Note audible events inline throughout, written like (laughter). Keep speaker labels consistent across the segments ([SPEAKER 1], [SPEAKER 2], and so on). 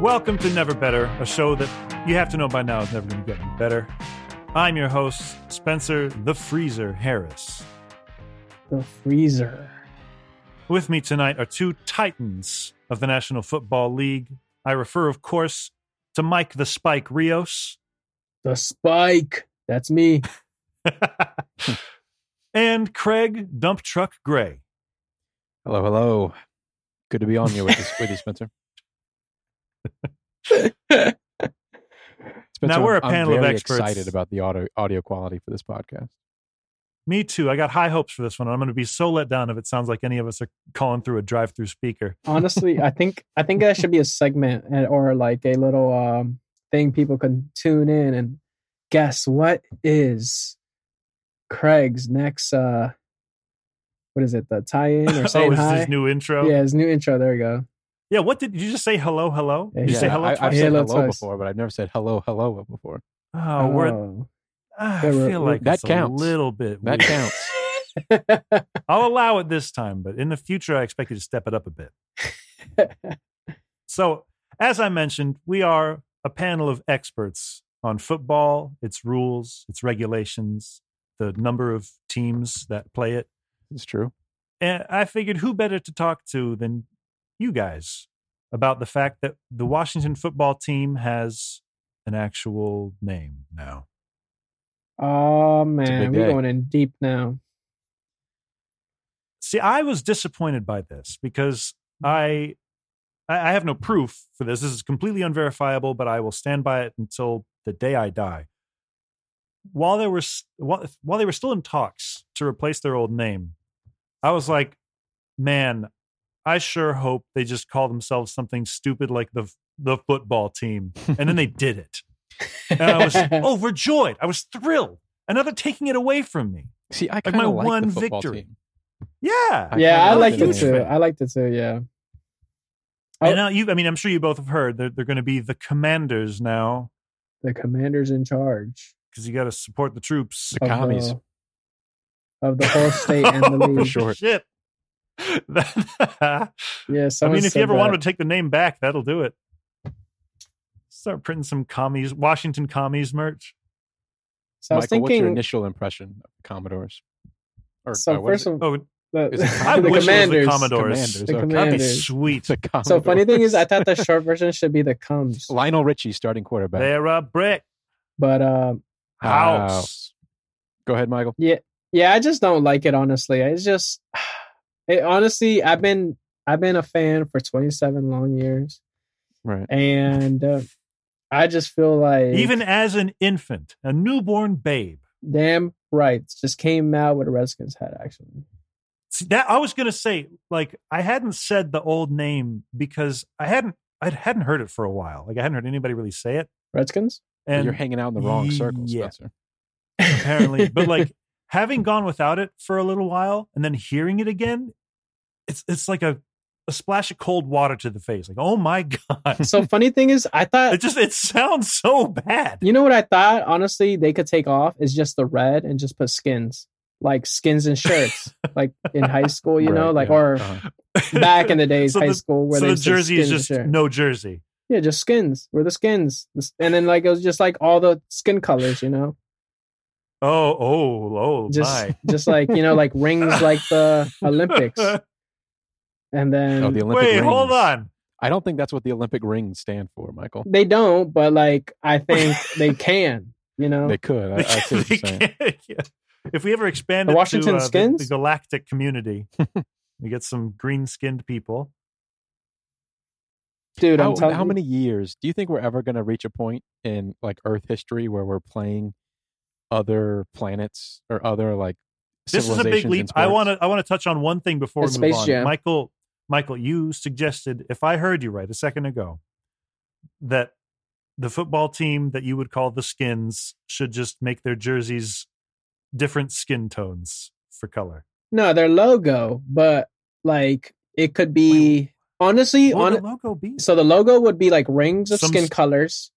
[SPEAKER 1] Welcome to Never Better, a show that you have to know by now is never going to get any better. I'm your host, Spencer the Freezer Harris.
[SPEAKER 2] The freezer.
[SPEAKER 1] With me tonight are two titans of the National Football League. I refer, of course, to Mike the Spike Rios (laughs)
[SPEAKER 2] The spike. That's me.
[SPEAKER 1] and Craig Dump Truck Gray.
[SPEAKER 3] Hello, hello. Good to be on here with, this,
[SPEAKER 1] (laughs)
[SPEAKER 3] with you, Spencer. Spencer,
[SPEAKER 1] Now, we're a
[SPEAKER 3] I'm- I'm
[SPEAKER 1] panel of
[SPEAKER 3] very
[SPEAKER 1] experts.
[SPEAKER 3] Excited about the audio audio quality for this podcast.
[SPEAKER 1] Me too. I got high hopes for this one. I'm going to be so let down if it sounds like any of us are calling through a drive through speaker.
[SPEAKER 2] Honestly, I think I think that should be a segment and, or like a little um, thing people can tune in and guess what is Craig's next uh what is it? The tie-in
[SPEAKER 1] (laughs)
[SPEAKER 2] or
[SPEAKER 1] oh,
[SPEAKER 2] saying
[SPEAKER 1] is
[SPEAKER 2] hi?
[SPEAKER 1] this new intro?
[SPEAKER 2] yeah, his new intro. There we go.
[SPEAKER 1] Yeah, what did, did you just say hello, hello? Did you
[SPEAKER 2] Yeah,
[SPEAKER 1] say hello
[SPEAKER 3] I,
[SPEAKER 1] twice?
[SPEAKER 3] have said
[SPEAKER 2] Hello
[SPEAKER 3] hello,
[SPEAKER 2] twice.
[SPEAKER 3] before, but I've never said hello, hello before.
[SPEAKER 1] oh, we're,
[SPEAKER 2] (laughs)
[SPEAKER 1] ah, I
[SPEAKER 2] Yeah, we're-
[SPEAKER 1] feel
[SPEAKER 2] we're-
[SPEAKER 1] like
[SPEAKER 3] That
[SPEAKER 1] it's
[SPEAKER 3] counts.
[SPEAKER 1] a little bit
[SPEAKER 3] That
[SPEAKER 1] weird.
[SPEAKER 3] counts.
[SPEAKER 2] Oh.
[SPEAKER 1] I'll allow it this time, but in the future, I expect you to step it up a bit.
[SPEAKER 3] (laughs)
[SPEAKER 1] So, as I mentioned, we are a panel of experts on football, its rules, its regulations, the number of teams that play it.
[SPEAKER 3] It's true.
[SPEAKER 1] And I figured who better to talk to than you guys about the fact that the Washington football team has an actual name now.
[SPEAKER 2] oh
[SPEAKER 3] a
[SPEAKER 2] man,
[SPEAKER 3] big
[SPEAKER 2] we're
[SPEAKER 3] day.
[SPEAKER 2] going in deep now.
[SPEAKER 1] See, I was disappointed by this because I I I have no proof for this. This is completely unverifiable, but I will stand by it until the day I die. While they were s- while, while they were still in talks to replace their old name, I was like, man, I sure hope they just call themselves something stupid like the the football team, and then they did it, and I was overjoyed. I was thrilled. Another taking it away from me.
[SPEAKER 3] (laughs) See, I
[SPEAKER 1] my
[SPEAKER 3] kind of like,
[SPEAKER 1] one
[SPEAKER 3] the football
[SPEAKER 1] victory.
[SPEAKER 3] team.
[SPEAKER 1] Yeah,
[SPEAKER 3] I
[SPEAKER 2] yeah,
[SPEAKER 3] kinda
[SPEAKER 2] I
[SPEAKER 1] like
[SPEAKER 2] liked
[SPEAKER 1] the
[SPEAKER 2] it
[SPEAKER 1] name.
[SPEAKER 2] too. I liked it too. Yeah.
[SPEAKER 1] And
[SPEAKER 2] Oh.
[SPEAKER 1] now you, I mean, I'm sure you both have heard they're, they're going to be the commanders now
[SPEAKER 2] The commander's in charge.
[SPEAKER 1] because you got to support the troops.
[SPEAKER 3] The commies.
[SPEAKER 2] The, of the
[SPEAKER 1] (laughs)
[SPEAKER 2] whole state and the
[SPEAKER 1] Oh,
[SPEAKER 2] league.
[SPEAKER 3] sure.
[SPEAKER 1] Shit. That- (laughs)
[SPEAKER 2] Yeah,
[SPEAKER 1] I
[SPEAKER 2] someone
[SPEAKER 1] mean, if
[SPEAKER 2] said
[SPEAKER 1] you ever
[SPEAKER 2] that.
[SPEAKER 1] wanted to take the name back, that'll do it. Start printing some commies, Washington commies merch.
[SPEAKER 2] so I was
[SPEAKER 3] Michael, what's your
[SPEAKER 2] thinking.
[SPEAKER 3] initial impression of the Commodores? Or,
[SPEAKER 2] so
[SPEAKER 3] uh, what is
[SPEAKER 2] first
[SPEAKER 3] it?
[SPEAKER 2] of all,
[SPEAKER 1] Oh,
[SPEAKER 2] the, (laughs)
[SPEAKER 3] is it-
[SPEAKER 2] the
[SPEAKER 1] I wish it was the
[SPEAKER 2] commanders.
[SPEAKER 1] Commodore. Commodores.
[SPEAKER 2] The
[SPEAKER 3] Commanders. okay.
[SPEAKER 1] that'd be
[SPEAKER 2] Commanders. (laughs)
[SPEAKER 1] sweet.
[SPEAKER 3] (laughs) The Commodores.
[SPEAKER 1] (laughs)
[SPEAKER 2] So funny thing is, I thought the short version should be the comes,
[SPEAKER 3] Lionel Richie starting quarterback.
[SPEAKER 1] They're a brick
[SPEAKER 2] but um,
[SPEAKER 3] House.
[SPEAKER 1] house.
[SPEAKER 3] Go ahead, Michael.
[SPEAKER 2] yeah, I just don't like it. Honestly, it's just, (sighs) it, honestly, I've been I've been a fan for 27 long years,
[SPEAKER 3] Right.
[SPEAKER 2] and uh, I just feel like
[SPEAKER 1] Even as an infant, a newborn babe.
[SPEAKER 2] damn right just came out with a Redskins hat. Actually,
[SPEAKER 1] See, that I was gonna say, like I hadn't said the old name because I hadn't I hadn't heard it for a while. Like I hadn't heard anybody really say it.
[SPEAKER 2] Redskins.
[SPEAKER 1] And
[SPEAKER 3] (laughs) You're hanging out in the wrong circles,
[SPEAKER 1] Yeah.
[SPEAKER 3] Spencer.
[SPEAKER 1] apparently, but like having gone without it for a little while and then hearing it again, it's it's like a, a splash of cold water to the face. Like, oh my (laughs) god,
[SPEAKER 2] (laughs) so funny thing is, I thought
[SPEAKER 1] it just it sounds so bad.
[SPEAKER 2] You know what I thought? Honestly, they could take off is just the red and just put skins, like skins
[SPEAKER 1] (laughs)
[SPEAKER 2] and shirts, like in high school. You know, like
[SPEAKER 3] Right, yeah.
[SPEAKER 2] or
[SPEAKER 3] Uh-huh.
[SPEAKER 1] (laughs)
[SPEAKER 2] back in the days,
[SPEAKER 1] So
[SPEAKER 2] high
[SPEAKER 1] the-
[SPEAKER 2] school where
[SPEAKER 1] so
[SPEAKER 2] they
[SPEAKER 1] the
[SPEAKER 2] said
[SPEAKER 1] jersey is
[SPEAKER 2] skins
[SPEAKER 1] just
[SPEAKER 2] and shirt.
[SPEAKER 1] no jersey.
[SPEAKER 2] yeah, just skins. We're the skins, This- and then like it was just like all the skin colors. You know,
[SPEAKER 1] Oh, oh, oh
[SPEAKER 2] just
[SPEAKER 1] my.
[SPEAKER 2] just like you know, like rings like
[SPEAKER 1] (laughs)
[SPEAKER 2] the Olympics, and then
[SPEAKER 3] Oh, the Olympic
[SPEAKER 1] Wait,
[SPEAKER 3] rings.
[SPEAKER 1] hold on.
[SPEAKER 3] I don't think that's what the Olympic rings stand for, Michael.
[SPEAKER 2] they don't. But like I think they can. You know,
[SPEAKER 3] They could. I, I
[SPEAKER 1] (laughs)
[SPEAKER 3] see what you're saying.
[SPEAKER 1] if we ever expand
[SPEAKER 2] The
[SPEAKER 1] it
[SPEAKER 2] Washington
[SPEAKER 1] to, uh,
[SPEAKER 2] Skins?
[SPEAKER 1] The, the galactic
[SPEAKER 2] (laughs)
[SPEAKER 1] community, we get some green skinned people.
[SPEAKER 2] dude. I'm
[SPEAKER 3] How,
[SPEAKER 2] telling
[SPEAKER 3] how
[SPEAKER 2] you.
[SPEAKER 3] many years do you think we're ever going to reach a point in like Earth history where we're playing other planets or other like
[SPEAKER 1] This is a big leap. I want to I want to touch on one thing before
[SPEAKER 2] It's
[SPEAKER 1] we move
[SPEAKER 2] Space
[SPEAKER 1] on.
[SPEAKER 2] Jam.
[SPEAKER 1] Michael, Michael, you suggested, if I heard you right a second ago, that the football team that you would call the Skins should just make their jerseys different skin tones for color.
[SPEAKER 2] No, their logo, but like it could be honestly
[SPEAKER 1] What
[SPEAKER 2] on.
[SPEAKER 1] would the logo be?
[SPEAKER 2] So the logo would be like rings of
[SPEAKER 1] Some
[SPEAKER 2] skin
[SPEAKER 1] s-
[SPEAKER 2] colors,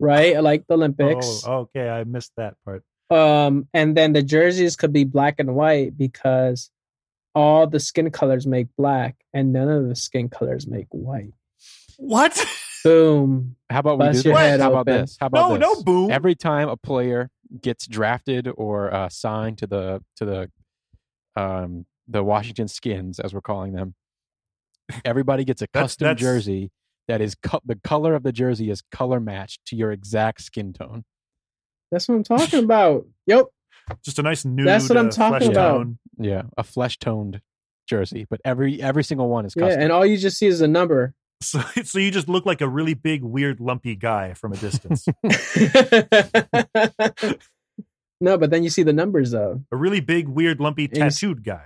[SPEAKER 2] right? Like the Olympics.
[SPEAKER 1] Oh, okay, I missed that part.
[SPEAKER 2] Um, and then the jerseys could be black and white because all the skin colors make black and none of the skin colors make white.
[SPEAKER 1] What?
[SPEAKER 2] Boom.
[SPEAKER 3] How about we
[SPEAKER 2] Bust
[SPEAKER 3] do this?
[SPEAKER 1] your head
[SPEAKER 3] How about
[SPEAKER 2] open.
[SPEAKER 3] this? How about
[SPEAKER 1] No,
[SPEAKER 3] this?
[SPEAKER 1] no boom.
[SPEAKER 3] Every time a player gets drafted or uh, signed to the to the um, the Washington Skins, as we're calling them, everybody gets a
[SPEAKER 1] That's-
[SPEAKER 3] custom
[SPEAKER 1] that's-
[SPEAKER 3] jersey that is co- the color of the jersey is color matched to your exact skin tone.
[SPEAKER 2] That's what I'm
[SPEAKER 1] (laughs)
[SPEAKER 2] talking about. Yep.
[SPEAKER 1] Just a nice nude.
[SPEAKER 2] That's what I'm
[SPEAKER 1] uh,
[SPEAKER 2] talking
[SPEAKER 1] flesh
[SPEAKER 2] about.
[SPEAKER 1] tone. (laughs)
[SPEAKER 3] Yeah, a flesh toned jersey, but every every single one is
[SPEAKER 2] Yeah,
[SPEAKER 3] custom.
[SPEAKER 2] and all you just see is a number.
[SPEAKER 1] (laughs)
[SPEAKER 2] (laughs)
[SPEAKER 1] So, so you just look like a really big, weird, lumpy guy from a distance.
[SPEAKER 2] no, but then you see the numbers though,
[SPEAKER 1] a really big, weird, lumpy,
[SPEAKER 2] And you s-
[SPEAKER 1] tattooed guy.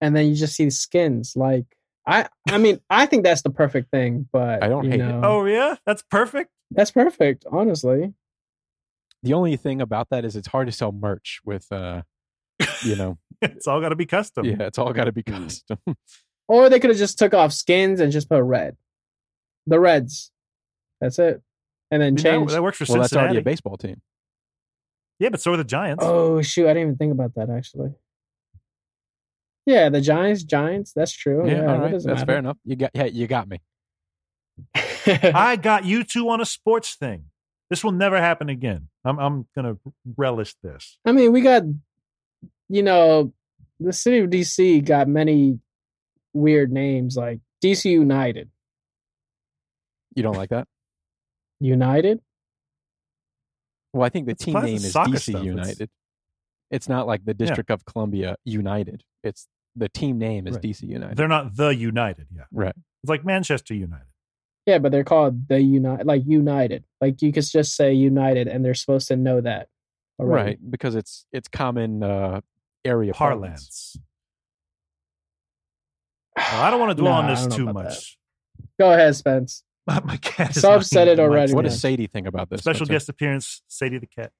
[SPEAKER 2] and then you just see skins. Like I, I mean, I think that's the perfect thing. But
[SPEAKER 3] I don't
[SPEAKER 2] you
[SPEAKER 3] hate it.
[SPEAKER 2] know,
[SPEAKER 1] Oh yeah, that's perfect. (laughs)
[SPEAKER 2] that's perfect. Honestly,
[SPEAKER 3] the only thing about that is it's hard to sell merch with, uh,
[SPEAKER 1] (laughs)
[SPEAKER 3] you know,
[SPEAKER 1] It's all got to be custom.
[SPEAKER 3] yeah, it's all got to
[SPEAKER 1] (laughs)
[SPEAKER 3] be custom.
[SPEAKER 2] or they could have just took off skins and just put red, the reds. That's it, and
[SPEAKER 1] I mean,
[SPEAKER 2] then
[SPEAKER 1] that-
[SPEAKER 2] change.
[SPEAKER 1] that, works for
[SPEAKER 3] well, that's
[SPEAKER 1] Cincinnati.
[SPEAKER 3] already a baseball team.
[SPEAKER 1] yeah, but so are the Giants.
[SPEAKER 2] oh shoot, I didn't even think about that actually. Yeah, the Giants, Giants. That's true. Oh,
[SPEAKER 3] yeah,
[SPEAKER 2] Yeah,
[SPEAKER 3] all
[SPEAKER 2] that
[SPEAKER 3] right, that's
[SPEAKER 2] doesn't
[SPEAKER 3] fair
[SPEAKER 2] matter.
[SPEAKER 3] enough. You got, yeah, you got me.
[SPEAKER 1] I got you two on a sports thing. This will never happen again. I'm I'm gonna relish this.
[SPEAKER 2] (laughs) I mean, we got, you know, the city of DC got many weird names like DC United.
[SPEAKER 3] You don't like that?
[SPEAKER 2] United?
[SPEAKER 3] Well, I think the
[SPEAKER 1] It's
[SPEAKER 3] team
[SPEAKER 1] classic
[SPEAKER 3] name is
[SPEAKER 1] soccer
[SPEAKER 3] DC
[SPEAKER 1] stuff. It's-
[SPEAKER 3] United. It's, not like the District of Columbia United. It's the team name is
[SPEAKER 1] Right.
[SPEAKER 3] DC United.
[SPEAKER 1] They're not the United yet.
[SPEAKER 3] Right.
[SPEAKER 1] It's like Manchester United.
[SPEAKER 2] Yeah, but they're called the United, like United. Like you could just say United and they're supposed to know that. already.
[SPEAKER 3] Right, because it's it's common uh, area parlance.
[SPEAKER 1] Parlance. Well, I don't want to dwell
[SPEAKER 2] Nah,
[SPEAKER 1] on
[SPEAKER 2] I
[SPEAKER 1] this
[SPEAKER 2] don't know
[SPEAKER 1] too
[SPEAKER 2] about
[SPEAKER 1] much.
[SPEAKER 2] Go ahead, Spence.
[SPEAKER 1] (laughs) My cat. Is
[SPEAKER 2] Sub
[SPEAKER 1] knocking
[SPEAKER 2] said
[SPEAKER 1] at
[SPEAKER 2] it
[SPEAKER 1] the mic
[SPEAKER 2] already.
[SPEAKER 1] stand.
[SPEAKER 3] What does Sadie think about this?
[SPEAKER 1] Special
[SPEAKER 3] Spencer?
[SPEAKER 1] guest appearance, Sadie the cat.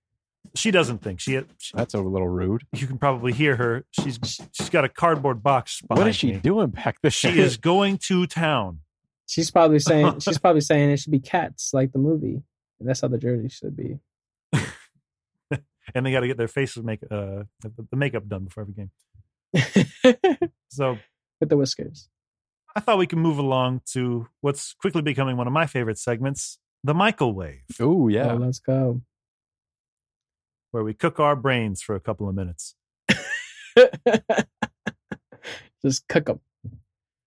[SPEAKER 1] She doesn't think she. she
[SPEAKER 3] That's a little rude.
[SPEAKER 1] you can probably hear her. She's she's got a cardboard box. Behind
[SPEAKER 3] What is she
[SPEAKER 1] me.
[SPEAKER 3] doing back there?
[SPEAKER 1] She
[SPEAKER 2] (laughs)
[SPEAKER 3] (laughs)
[SPEAKER 1] is going to town.
[SPEAKER 2] She's
[SPEAKER 1] (laughs)
[SPEAKER 2] probably saying she's probably saying it should be cats like the movie. And that's how the jersey should
[SPEAKER 1] (laughs)
[SPEAKER 2] be.
[SPEAKER 1] and they got to get their faces make uh the makeup done before every game.
[SPEAKER 2] With
[SPEAKER 1] So
[SPEAKER 2] the whiskers.
[SPEAKER 1] I thought we could move along to what's quickly becoming one of my favorite segments, the Michael Wave,
[SPEAKER 3] Oh
[SPEAKER 2] Oh,
[SPEAKER 3] yeah.
[SPEAKER 1] (laughs)
[SPEAKER 2] let's go.
[SPEAKER 1] where we cook our brains for a couple of minutes,
[SPEAKER 2] just cook them.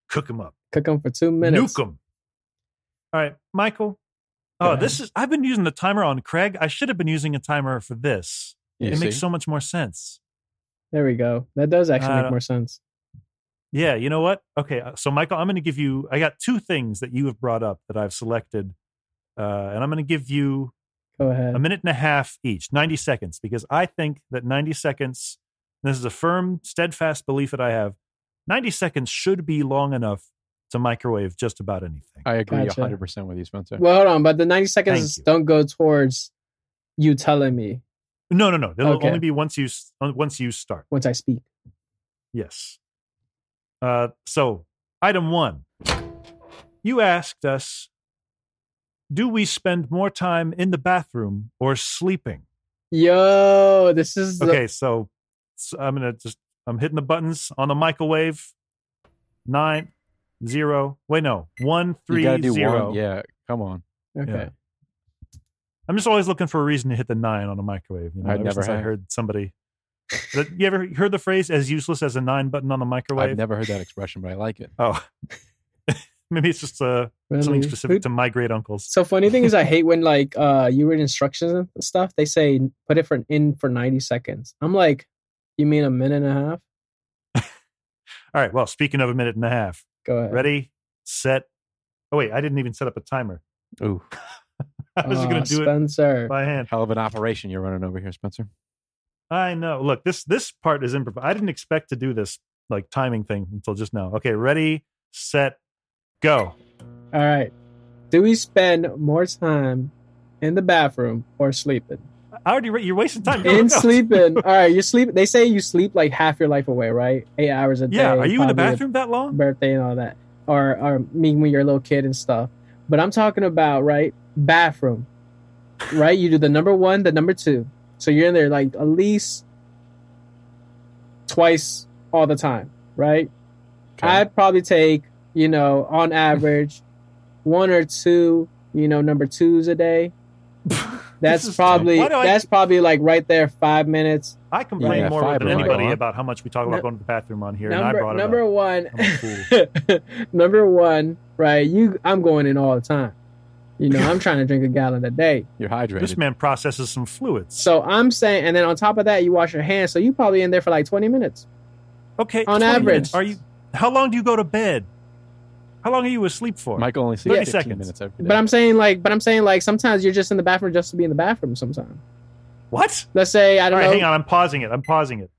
[SPEAKER 1] cook them up,
[SPEAKER 2] Cook them for two
[SPEAKER 1] nuke 'em.
[SPEAKER 2] minutes.
[SPEAKER 1] nuke them. All right, Michael.
[SPEAKER 2] Go
[SPEAKER 1] Oh,
[SPEAKER 2] ahead.
[SPEAKER 1] this is. I've been using the timer on Craig. I should have been using a timer for this.
[SPEAKER 3] You
[SPEAKER 1] it makes
[SPEAKER 3] see?
[SPEAKER 1] so much more sense.
[SPEAKER 2] There we go. That does actually
[SPEAKER 1] I
[SPEAKER 2] make
[SPEAKER 1] don't-
[SPEAKER 2] more sense.
[SPEAKER 1] Yeah, you know what? Okay, uh, so Michael, I'm going to give you. I got two things that you have brought up that I've selected, uh, and I'm going to give you
[SPEAKER 2] Go
[SPEAKER 1] a
[SPEAKER 2] ahead.
[SPEAKER 1] minute and a half each, 90 seconds, because I think that 90 seconds, and this is a firm, steadfast belief that I have, 90 seconds should be long enough to microwave just about anything.
[SPEAKER 3] I agree
[SPEAKER 2] Gotcha.
[SPEAKER 3] 100% with you, Spencer.
[SPEAKER 2] Well, hold on, but the 90
[SPEAKER 1] Thank
[SPEAKER 2] seconds
[SPEAKER 1] you.
[SPEAKER 2] don't go towards you telling me
[SPEAKER 1] no, no, no. It'll
[SPEAKER 2] Okay.
[SPEAKER 1] only be once you s- once you start.
[SPEAKER 2] once I speak.
[SPEAKER 1] Yes. Uh, so, item one. You asked us, do we spend more time in the bathroom or sleeping?
[SPEAKER 2] Yo, this is the,
[SPEAKER 1] Okay, so, so I'm gonna just I'm hitting the buttons on the microwave. Nine, zero. Wait, no, one,
[SPEAKER 3] you
[SPEAKER 1] three,
[SPEAKER 3] gotta do
[SPEAKER 1] zero.
[SPEAKER 3] one. Yeah, come on.
[SPEAKER 2] okay.
[SPEAKER 1] yeah. I'm just always looking for a reason to hit the nine on a microwave. You know,
[SPEAKER 3] I
[SPEAKER 1] ever
[SPEAKER 3] never
[SPEAKER 1] since I
[SPEAKER 3] have.
[SPEAKER 1] heard somebody. that- you ever heard the phrase "as useless as a nine button on the microwave"?
[SPEAKER 3] I've never heard that expression, but I like it.
[SPEAKER 1] oh, (laughs) maybe it's just uh, something
[SPEAKER 2] Really?
[SPEAKER 1] specific to my great uncles.
[SPEAKER 2] So funny thing
[SPEAKER 1] (laughs)
[SPEAKER 2] is, I hate when like uh you read instructions and stuff. They say put it for in for 90 seconds. I'm like, you mean a minute and a half?
[SPEAKER 1] All right. Well, speaking of a minute and a half,
[SPEAKER 2] Go ahead.
[SPEAKER 1] ready, (laughs) set. Oh wait, I didn't even set up a timer. (laughs)
[SPEAKER 3] Ooh,
[SPEAKER 1] I was just
[SPEAKER 2] Aw,
[SPEAKER 1] going to do it
[SPEAKER 2] Oh, Spencer.
[SPEAKER 1] by hand.
[SPEAKER 3] hell of an operation you're running over here, Spencer.
[SPEAKER 1] I know. Look, this this part is improv. I didn't expect to do this like timing thing until just now. Okay, ready, set, go.
[SPEAKER 2] All right. Do we spend more time in the bathroom or sleeping?
[SPEAKER 1] (laughs) I already re- you're wasting time. Go, go,
[SPEAKER 2] in
[SPEAKER 1] go. (laughs)
[SPEAKER 2] sleeping. All right, you sleep. They say you sleep like half your life away, right? Eight hours a day.
[SPEAKER 1] Yeah, are you in the
[SPEAKER 2] probably a
[SPEAKER 1] bathroom that long?
[SPEAKER 2] Birthday and all that, or or me when you're a little kid and stuff. But I'm talking about right bathroom, right? You do the number one, the number two. So you're in there like at least twice all the time, right?
[SPEAKER 3] Okay.
[SPEAKER 2] I'd probably take you know, on
[SPEAKER 1] (laughs)
[SPEAKER 2] average, one or two, you know, number twos a day.
[SPEAKER 1] (laughs) This
[SPEAKER 2] That's
[SPEAKER 1] is-
[SPEAKER 2] probably
[SPEAKER 1] Why do I-
[SPEAKER 2] that's probably like right there five minutes.
[SPEAKER 1] I complain
[SPEAKER 3] Yeah,
[SPEAKER 1] more
[SPEAKER 3] fiber
[SPEAKER 1] than
[SPEAKER 3] might go
[SPEAKER 1] anybody
[SPEAKER 3] on.
[SPEAKER 1] about how much we talk about
[SPEAKER 2] No-
[SPEAKER 1] going to the bathroom on here, and I
[SPEAKER 2] number
[SPEAKER 1] brought it
[SPEAKER 2] number
[SPEAKER 1] up.
[SPEAKER 2] one,
[SPEAKER 1] I'm a
[SPEAKER 2] (laughs)
[SPEAKER 1] fool.
[SPEAKER 2] number one, right? You, I'm going in all the time. You know, I'm trying to drink a gallon a day.
[SPEAKER 3] You're hydrated.
[SPEAKER 1] This man processes some fluids.
[SPEAKER 2] So I'm saying, and then on top of that, you wash your hands. So you probably in there for like 20 minutes.
[SPEAKER 1] Okay,
[SPEAKER 2] On
[SPEAKER 1] 20
[SPEAKER 2] average.
[SPEAKER 1] minutes. are you? How long do you go to bed? How long are you asleep for?
[SPEAKER 3] Michael only sleeps
[SPEAKER 1] 30
[SPEAKER 3] 15
[SPEAKER 1] seconds.
[SPEAKER 3] minutes every day.
[SPEAKER 2] But I'm saying like, but I'm saying like, sometimes you're just in the bathroom just to be in the bathroom. Sometimes,
[SPEAKER 1] what?
[SPEAKER 2] let's say I
[SPEAKER 1] All
[SPEAKER 2] don't
[SPEAKER 1] right,
[SPEAKER 2] know.
[SPEAKER 1] hang on. I'm pausing it. I'm pausing it.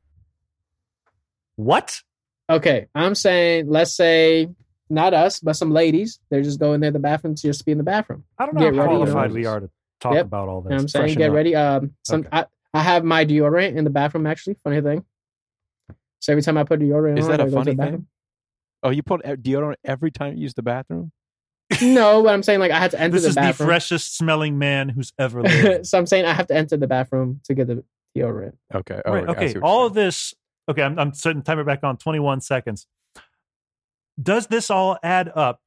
[SPEAKER 1] What?
[SPEAKER 2] Okay, I'm saying let's say not us, but some ladies, they're just going there to the bathroom to just be in the bathroom.
[SPEAKER 1] I don't know
[SPEAKER 2] Get
[SPEAKER 1] how
[SPEAKER 2] ready, you
[SPEAKER 1] qualified
[SPEAKER 3] know.
[SPEAKER 1] we are to talk
[SPEAKER 2] Yep.
[SPEAKER 1] about all
[SPEAKER 2] You know what I'm
[SPEAKER 1] this.
[SPEAKER 2] saying?
[SPEAKER 3] freshen
[SPEAKER 2] Get
[SPEAKER 3] up.
[SPEAKER 2] ready. Um, some
[SPEAKER 1] Okay.
[SPEAKER 2] I, I have my deodorant in the bathroom. Actually, funny thing. So every time I put deodorant,
[SPEAKER 3] Is
[SPEAKER 2] on,
[SPEAKER 3] that a
[SPEAKER 2] I go to
[SPEAKER 3] funny
[SPEAKER 2] the bathroom.
[SPEAKER 3] thing? Oh, you put e- deodorant every time you use the bathroom?
[SPEAKER 2] No, but I'm saying like I had to enter
[SPEAKER 1] This
[SPEAKER 2] the
[SPEAKER 1] is the
[SPEAKER 2] (laughs) bathroom.
[SPEAKER 1] freshest smelling man who's
[SPEAKER 2] (laughs)
[SPEAKER 1] ever lived.
[SPEAKER 2] so I'm saying I have to enter the bathroom to get the deodorant.
[SPEAKER 3] Okay.
[SPEAKER 1] Right, okay. Oh, All of this. Okay, I'm, I'm setting timer back on 21 seconds. Does this all add up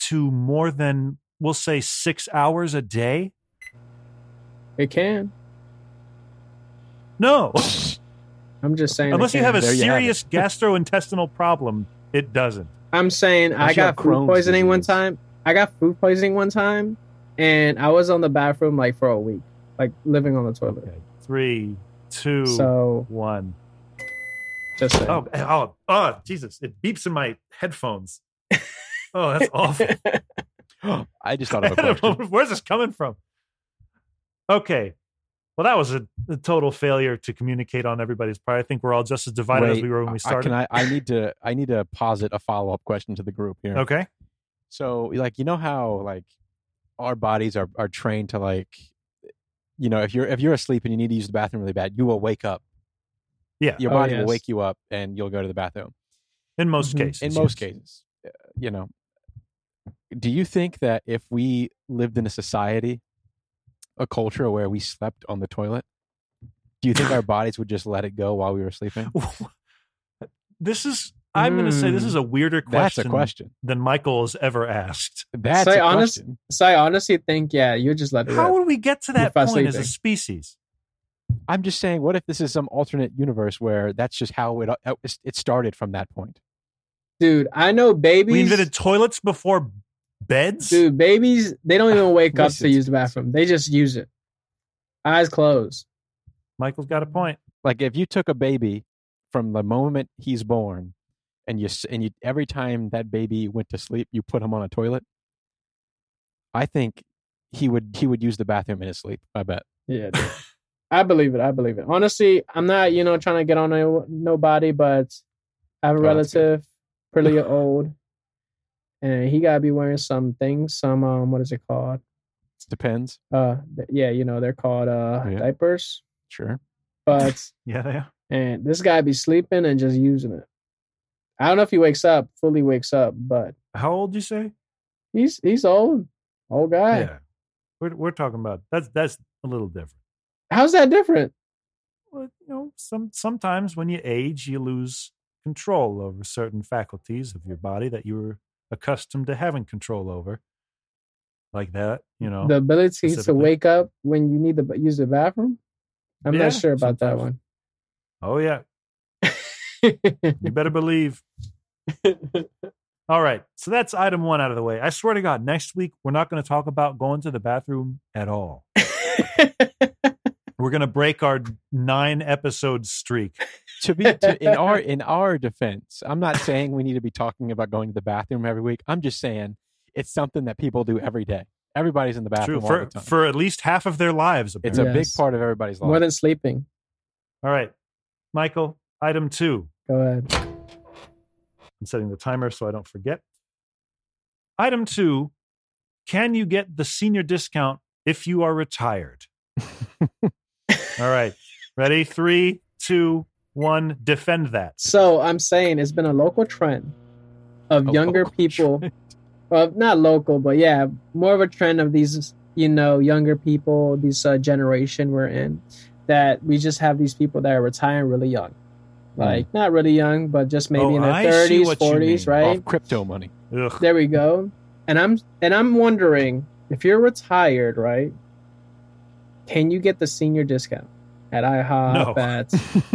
[SPEAKER 1] to more than, we'll say, six hours a day?
[SPEAKER 2] It can.
[SPEAKER 1] No. (laughs)
[SPEAKER 2] I'm just saying. it
[SPEAKER 1] Unless you
[SPEAKER 2] can.
[SPEAKER 1] have a
[SPEAKER 3] There you have
[SPEAKER 1] serious gastrointestinal problem, it doesn't.
[SPEAKER 2] I'm saying I
[SPEAKER 3] Unless you have
[SPEAKER 2] got food
[SPEAKER 3] Crohn's
[SPEAKER 2] poisoning one
[SPEAKER 3] disease.
[SPEAKER 2] time. I got food poisoning one time, and I was on the bathroom like for a week, like living on the toilet.
[SPEAKER 1] Okay. Three, two, one.
[SPEAKER 2] So just saying.
[SPEAKER 1] Oh, oh, oh, Jesus. It beeps in my
[SPEAKER 3] (laughs)
[SPEAKER 1] headphones. Oh, that's awful.
[SPEAKER 3] of (laughs) I just
[SPEAKER 1] (laughs)
[SPEAKER 3] thought
[SPEAKER 1] I
[SPEAKER 3] of a
[SPEAKER 1] don't know,
[SPEAKER 3] question.
[SPEAKER 1] Where's this coming from? Okay. Well, that was a, a total failure to communicate on everybody's part. I think we're all just as divided as
[SPEAKER 3] Wait,
[SPEAKER 1] we were when
[SPEAKER 3] I-
[SPEAKER 1] we
[SPEAKER 3] I,
[SPEAKER 1] started.
[SPEAKER 3] can I, I need to I need to posit a follow up question to the group here.
[SPEAKER 1] okay.
[SPEAKER 3] So like you know how like our bodies are are trained to like you know if you're if you're asleep and you need to use the bathroom really bad, you will wake up.
[SPEAKER 1] Yeah.
[SPEAKER 3] Your
[SPEAKER 2] Oh,
[SPEAKER 3] body
[SPEAKER 2] yes.
[SPEAKER 3] will wake you up and you'll go to the bathroom.
[SPEAKER 1] In most
[SPEAKER 2] Mhm.
[SPEAKER 1] cases.
[SPEAKER 3] Mm-hmm, in
[SPEAKER 1] yes.
[SPEAKER 3] most cases uh, you know do you think that if we lived in a society a culture where we slept on the toilet do you
[SPEAKER 2] (laughs)
[SPEAKER 3] think our bodies would just let it go while we were sleeping
[SPEAKER 1] (laughs) This is, I'm going to say this
[SPEAKER 2] Mm.
[SPEAKER 1] is a weirder
[SPEAKER 3] Hmm, that's
[SPEAKER 1] question,
[SPEAKER 3] a question
[SPEAKER 1] than Michael has ever asked.
[SPEAKER 3] that's
[SPEAKER 2] Say
[SPEAKER 3] a
[SPEAKER 2] honest-
[SPEAKER 3] question
[SPEAKER 2] So I honestly think, yeah, you just let it.
[SPEAKER 1] How
[SPEAKER 2] rip.
[SPEAKER 1] would we get to that point
[SPEAKER 2] fast
[SPEAKER 1] as a
[SPEAKER 2] sleeping.
[SPEAKER 1] species?
[SPEAKER 3] i'm just saying what if this is some alternate universe where that's just how it uh, it started from that point
[SPEAKER 2] dude? I know babies.
[SPEAKER 1] We invented toilets before beds?
[SPEAKER 2] (laughs) dude, babies. They don't even wake up to
[SPEAKER 3] Listen.
[SPEAKER 2] use the bathroom. They just use it, eyes closed.
[SPEAKER 1] Michael's got a point.
[SPEAKER 3] like if you took a baby from the moment he's born and you s- and you every time that baby went to sleep you put him on a toilet i think he would he would use the bathroom in his sleep i bet
[SPEAKER 2] Yeah, dude. I believe it. I believe it. Honestly, I'm not, you know, trying to get on no, nobody, but I have a
[SPEAKER 3] Oh, that's good.
[SPEAKER 2] relative, pretty old, and he gotta be wearing some things. Some, um, what is it called?
[SPEAKER 3] depends
[SPEAKER 2] Uh, th- yeah, you know, they're called uh
[SPEAKER 3] Yeah.
[SPEAKER 2] diapers.
[SPEAKER 3] sure
[SPEAKER 2] But
[SPEAKER 1] Yeah, they are.
[SPEAKER 2] and this guy be sleeping and just using it. I don't know if he wakes up, fully wakes up, but
[SPEAKER 1] How old you say?
[SPEAKER 2] he's he's old, old guy.
[SPEAKER 1] Yeah. We're, we're talking about that's that's a little different.
[SPEAKER 2] How's that different?
[SPEAKER 1] well, you know, some sometimes when you age, you lose control over certain faculties of your body that you were accustomed to having control over, like that. You know,
[SPEAKER 2] the ability to
[SPEAKER 1] Oh, specifically.
[SPEAKER 2] wake up when you need to b- use the bathroom. I'm
[SPEAKER 1] Yeah,
[SPEAKER 2] not sure about that
[SPEAKER 1] sometimes.
[SPEAKER 2] one.
[SPEAKER 1] oh yeah,
[SPEAKER 2] (laughs)
[SPEAKER 1] you better believe. All right, so that's item one out of the way. I swear to God, next week we're not going to talk about going to the bathroom at all. We're going to break our nine episode (laughs) streak.
[SPEAKER 3] to be to, in our in our defense i'm not saying we need to be talking about going to the bathroom every week i'm just saying it's something that people do every day everybody's in the
[SPEAKER 1] True
[SPEAKER 3] bathroom all
[SPEAKER 1] for
[SPEAKER 3] the time
[SPEAKER 1] for at least half of their lives.
[SPEAKER 3] it's
[SPEAKER 1] Apparently.
[SPEAKER 3] a big
[SPEAKER 2] Yes.
[SPEAKER 3] part of everybody's
[SPEAKER 2] (laughs)
[SPEAKER 3] life
[SPEAKER 2] More than sleeping.
[SPEAKER 1] all right, Michael. Item two.
[SPEAKER 2] Go ahead.
[SPEAKER 1] I'm setting the timer so I don't forget. Item two Can you get the senior discount if you are retired? All right. Ready? Three, two, one. Defend that.
[SPEAKER 2] So I'm saying it's been a local trend of
[SPEAKER 3] A
[SPEAKER 2] younger
[SPEAKER 3] local
[SPEAKER 2] people, well, not local, but yeah, more of a trend of these, you know, younger people, this uh, generation we're in, that we just have these people that are retiring really young. like not really young, but just maybe
[SPEAKER 1] Hmm. Oh,
[SPEAKER 2] in their
[SPEAKER 1] I see
[SPEAKER 2] thirties,
[SPEAKER 1] what you
[SPEAKER 2] forties,
[SPEAKER 1] mean.
[SPEAKER 2] right?
[SPEAKER 3] off crypto money.
[SPEAKER 1] Ugh.
[SPEAKER 2] There we go. And I'm and I'm wondering if you're retired, right? Can you get the senior discount at IHOP?
[SPEAKER 1] No.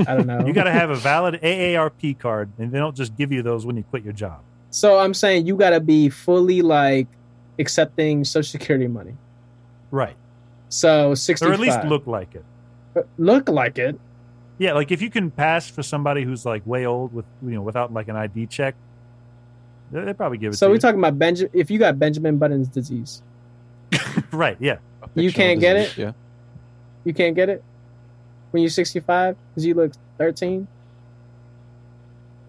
[SPEAKER 2] At I
[SPEAKER 1] (laughs)
[SPEAKER 2] don't know.
[SPEAKER 1] You got to have a valid AARP card, and they don't just give you those when you quit your job.
[SPEAKER 2] so I'm saying you got to be fully like accepting Social Security money.
[SPEAKER 1] Right.
[SPEAKER 2] So sixty,
[SPEAKER 1] Or at least look like it.
[SPEAKER 2] look like it.
[SPEAKER 1] Yeah, like if you can pass for somebody who's like way old with you know without like an ID check, they they probably give it.
[SPEAKER 2] So
[SPEAKER 1] to
[SPEAKER 2] we're
[SPEAKER 1] you.
[SPEAKER 2] talking about Benjamin. If you got Benjamin Button's disease,
[SPEAKER 1] right? Yeah,
[SPEAKER 3] A
[SPEAKER 2] You
[SPEAKER 3] fictional
[SPEAKER 2] can't get
[SPEAKER 3] disease, Yeah.
[SPEAKER 2] you can't get it when you're 65 because you look 13.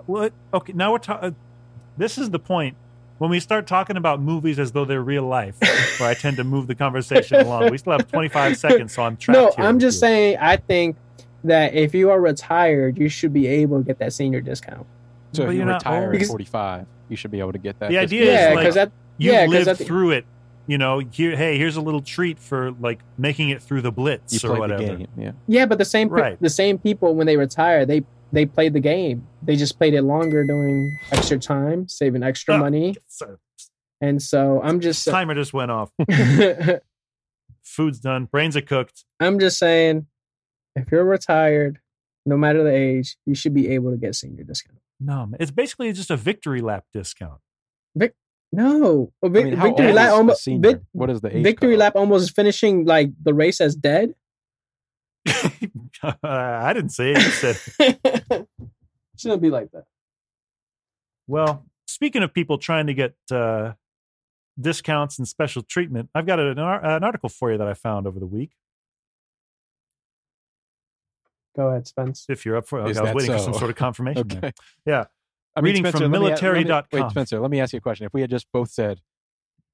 [SPEAKER 1] Well, it- okay. Now we're talking. This is the point when we start talking about movies as though they're real
[SPEAKER 2] (laughs)
[SPEAKER 1] life, where I tend to move the conversation along. We still have 25 seconds, so I'm trapped.
[SPEAKER 2] no,
[SPEAKER 1] here
[SPEAKER 2] I'm
[SPEAKER 1] with
[SPEAKER 2] just
[SPEAKER 1] you.
[SPEAKER 2] saying. I think that if you are retired, you should be able to get that senior discount.
[SPEAKER 3] So
[SPEAKER 1] But
[SPEAKER 3] if you
[SPEAKER 1] you're not
[SPEAKER 3] retire
[SPEAKER 1] old.
[SPEAKER 3] at
[SPEAKER 2] Because-
[SPEAKER 3] 45, you should be able to get that.
[SPEAKER 1] The
[SPEAKER 3] discount.
[SPEAKER 1] idea is,
[SPEAKER 2] Yeah,
[SPEAKER 1] like-
[SPEAKER 2] because that
[SPEAKER 1] you
[SPEAKER 2] yeah, 'cause
[SPEAKER 1] lived
[SPEAKER 2] I thi-
[SPEAKER 1] through it. You know, here, hey, here's a little treat for like making it through the blitz
[SPEAKER 3] you
[SPEAKER 1] or
[SPEAKER 3] played the
[SPEAKER 1] whatever.
[SPEAKER 3] game. Yeah.
[SPEAKER 2] yeah, but the same pe-
[SPEAKER 1] Right.
[SPEAKER 2] the same people when they retire, they they played the game. They just played it longer, doing extra time, saving extra
[SPEAKER 1] Ah.
[SPEAKER 2] money,
[SPEAKER 1] So,
[SPEAKER 2] and so I'm just
[SPEAKER 1] timer just went
[SPEAKER 3] (laughs)
[SPEAKER 1] off.
[SPEAKER 2] (laughs) I'm
[SPEAKER 1] Food's done. Brains are cooked.
[SPEAKER 2] just saying, if you're retired, no matter the age, you should be able to get senior discount.
[SPEAKER 1] No, man, it's basically just a victory lap discount. (laughs)
[SPEAKER 2] No, A
[SPEAKER 3] I
[SPEAKER 2] vic-
[SPEAKER 3] mean, how
[SPEAKER 2] victory
[SPEAKER 3] old
[SPEAKER 2] lap
[SPEAKER 3] is the
[SPEAKER 2] almost
[SPEAKER 3] senior?
[SPEAKER 2] vic-
[SPEAKER 3] what is the age
[SPEAKER 2] victory lap
[SPEAKER 3] cutoff?
[SPEAKER 2] almost finishing like the race as dead.
[SPEAKER 1] I didn't say it. You said it.
[SPEAKER 2] (laughs) Shouldn't be like that.
[SPEAKER 1] Well, speaking of people trying to get uh, discounts and special treatment, I've got an, ar- an article for you that I found over the week.
[SPEAKER 2] Go ahead, Spence.
[SPEAKER 1] If you're up for it,
[SPEAKER 3] Is
[SPEAKER 1] I was
[SPEAKER 3] that
[SPEAKER 1] waiting for
[SPEAKER 3] so?
[SPEAKER 1] some sort of
[SPEAKER 3] (laughs)
[SPEAKER 1] confirmation. there.
[SPEAKER 3] Okay.
[SPEAKER 1] Yeah.
[SPEAKER 3] I mean,
[SPEAKER 1] Reading
[SPEAKER 3] Spencer,
[SPEAKER 1] from
[SPEAKER 3] let me a- let me-
[SPEAKER 1] military.com.
[SPEAKER 3] Wait, Spencer, let me ask you a question. If we had just both said,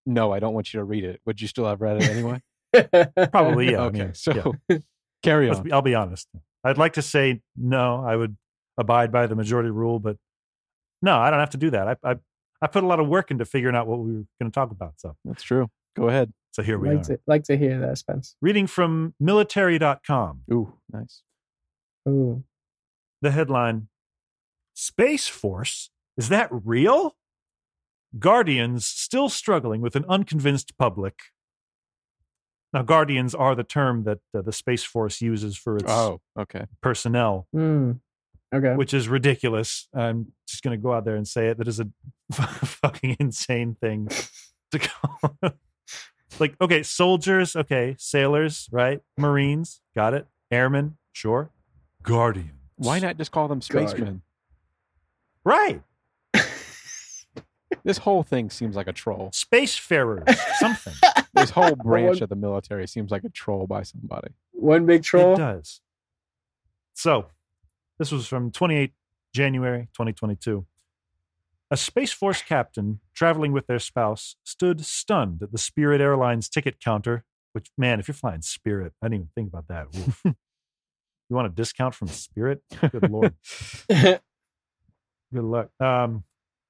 [SPEAKER 3] no, I don't want you to read it, would you still have read it
[SPEAKER 1] (laughs)
[SPEAKER 3] anyway?
[SPEAKER 2] (laughs)
[SPEAKER 1] Probably, yeah. I
[SPEAKER 3] okay.
[SPEAKER 1] mean, yeah.
[SPEAKER 3] so (laughs) carry
[SPEAKER 1] Let's
[SPEAKER 3] on.
[SPEAKER 1] be- I'll be honest. I'd like to say no. I would abide by the majority rule, but no, I don't have to do that. I I, I put a lot of work into figuring out what we were going to talk about. So
[SPEAKER 3] That's true. Go ahead.
[SPEAKER 1] so here we
[SPEAKER 2] like
[SPEAKER 1] are.
[SPEAKER 2] to like to hear that, Spence.
[SPEAKER 1] Reading from military.com.
[SPEAKER 3] Ooh, nice.
[SPEAKER 2] Ooh.
[SPEAKER 1] the headline Space Force? Is that real? Guardians still struggling with an unconvinced public. Now, Guardians are the term that uh, the Space Force uses for its
[SPEAKER 3] Oh, okay.
[SPEAKER 1] personnel,
[SPEAKER 2] Mm. Okay.
[SPEAKER 1] which is ridiculous. I'm just going to go out there and say it. That is a (laughs) fucking insane thing to (laughs) call. like, okay, soldiers, okay, sailors, right? Marines, got it. Airmen, sure. Guardians.
[SPEAKER 3] Why not just call them
[SPEAKER 2] God.
[SPEAKER 3] spacemen?
[SPEAKER 1] Right.
[SPEAKER 3] This whole thing seems like
[SPEAKER 2] (laughs)
[SPEAKER 3] a troll. (laughs)
[SPEAKER 1] spacefarers, something.
[SPEAKER 3] This whole branch
[SPEAKER 2] one-
[SPEAKER 3] of the military seems like a troll by somebody.
[SPEAKER 2] One big
[SPEAKER 1] it
[SPEAKER 2] troll.
[SPEAKER 1] does. So, this was from 28 January 2022. A Space Force captain traveling with their spouse stood stunned at the Spirit Airlines ticket counter, which, man, if you're flying Spirit, I didn't even think about that. Oof. you want a discount from Spirit? Good Lord. Good luck. Um,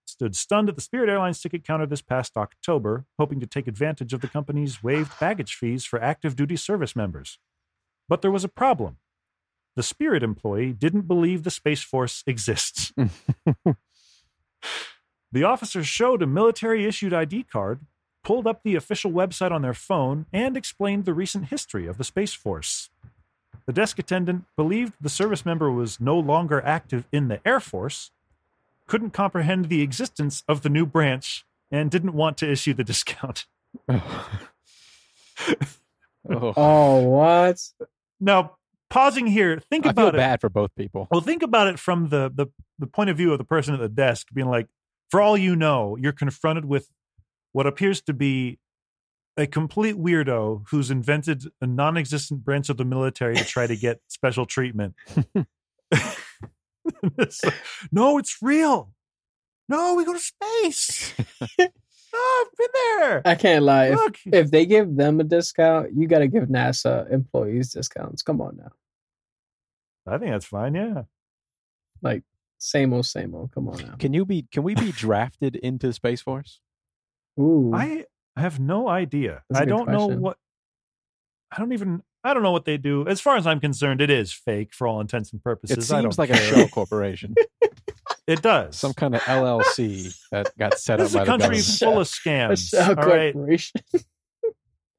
[SPEAKER 1] stood stunned at the Spirit Airlines ticket counter this past October, hoping to take advantage of the company's waived baggage fees for active duty service members. But there was a problem. The Spirit employee didn't believe the Space Force exists. the officer showed a military issued ID card, pulled up the official website on their phone, and explained the recent history of the Space Force. The desk attendant believed the service member was no longer active in the Air Force couldn't comprehend the existence of the new branch and didn't want to issue the (laughs) discount.
[SPEAKER 3] (laughs) Oh,
[SPEAKER 2] (laughs) oh, what?
[SPEAKER 1] Now, pausing here, think
[SPEAKER 3] I feel
[SPEAKER 1] about it.
[SPEAKER 3] bad for both people.
[SPEAKER 1] Well, think about it from the, the the point of view of the person at the desk, being like, for all you know, you're confronted with what appears to be a complete weirdo who's invented a non-existent branch of the military to try to
[SPEAKER 3] (laughs)
[SPEAKER 1] get special treatment. (laughs) It's like, no, it's real. No, we go to space.
[SPEAKER 3] (laughs)
[SPEAKER 1] no, I've been there.
[SPEAKER 2] I can't lie. If,
[SPEAKER 1] Look,
[SPEAKER 2] if they give them a discount, you got to give NASA employees discounts. Come on now.
[SPEAKER 1] I think that's fine. Yeah,
[SPEAKER 2] Same old, same old. Come on
[SPEAKER 1] (laughs)
[SPEAKER 2] now.
[SPEAKER 3] Can you be? Can we be drafted into the space force?
[SPEAKER 2] Ooh. (laughs)
[SPEAKER 1] I have no idea.
[SPEAKER 2] That's a
[SPEAKER 1] I
[SPEAKER 2] good
[SPEAKER 1] don't know
[SPEAKER 2] question.
[SPEAKER 1] what. I don't even. I don't know what they do. As far as I'm concerned, it is fake for all intents and purposes.
[SPEAKER 3] It
[SPEAKER 1] I don't
[SPEAKER 3] seems like a
[SPEAKER 1] care.
[SPEAKER 3] shell
[SPEAKER 1] (laughs)
[SPEAKER 3] corporation,
[SPEAKER 1] it does.
[SPEAKER 3] some kind of LLC that got set
[SPEAKER 1] this is
[SPEAKER 3] up
[SPEAKER 1] a
[SPEAKER 3] by the
[SPEAKER 1] country
[SPEAKER 3] government.
[SPEAKER 1] full of
[SPEAKER 2] (laughs) A
[SPEAKER 1] scams.
[SPEAKER 2] shell
[SPEAKER 1] All right, (laughs)
[SPEAKER 2] corporation.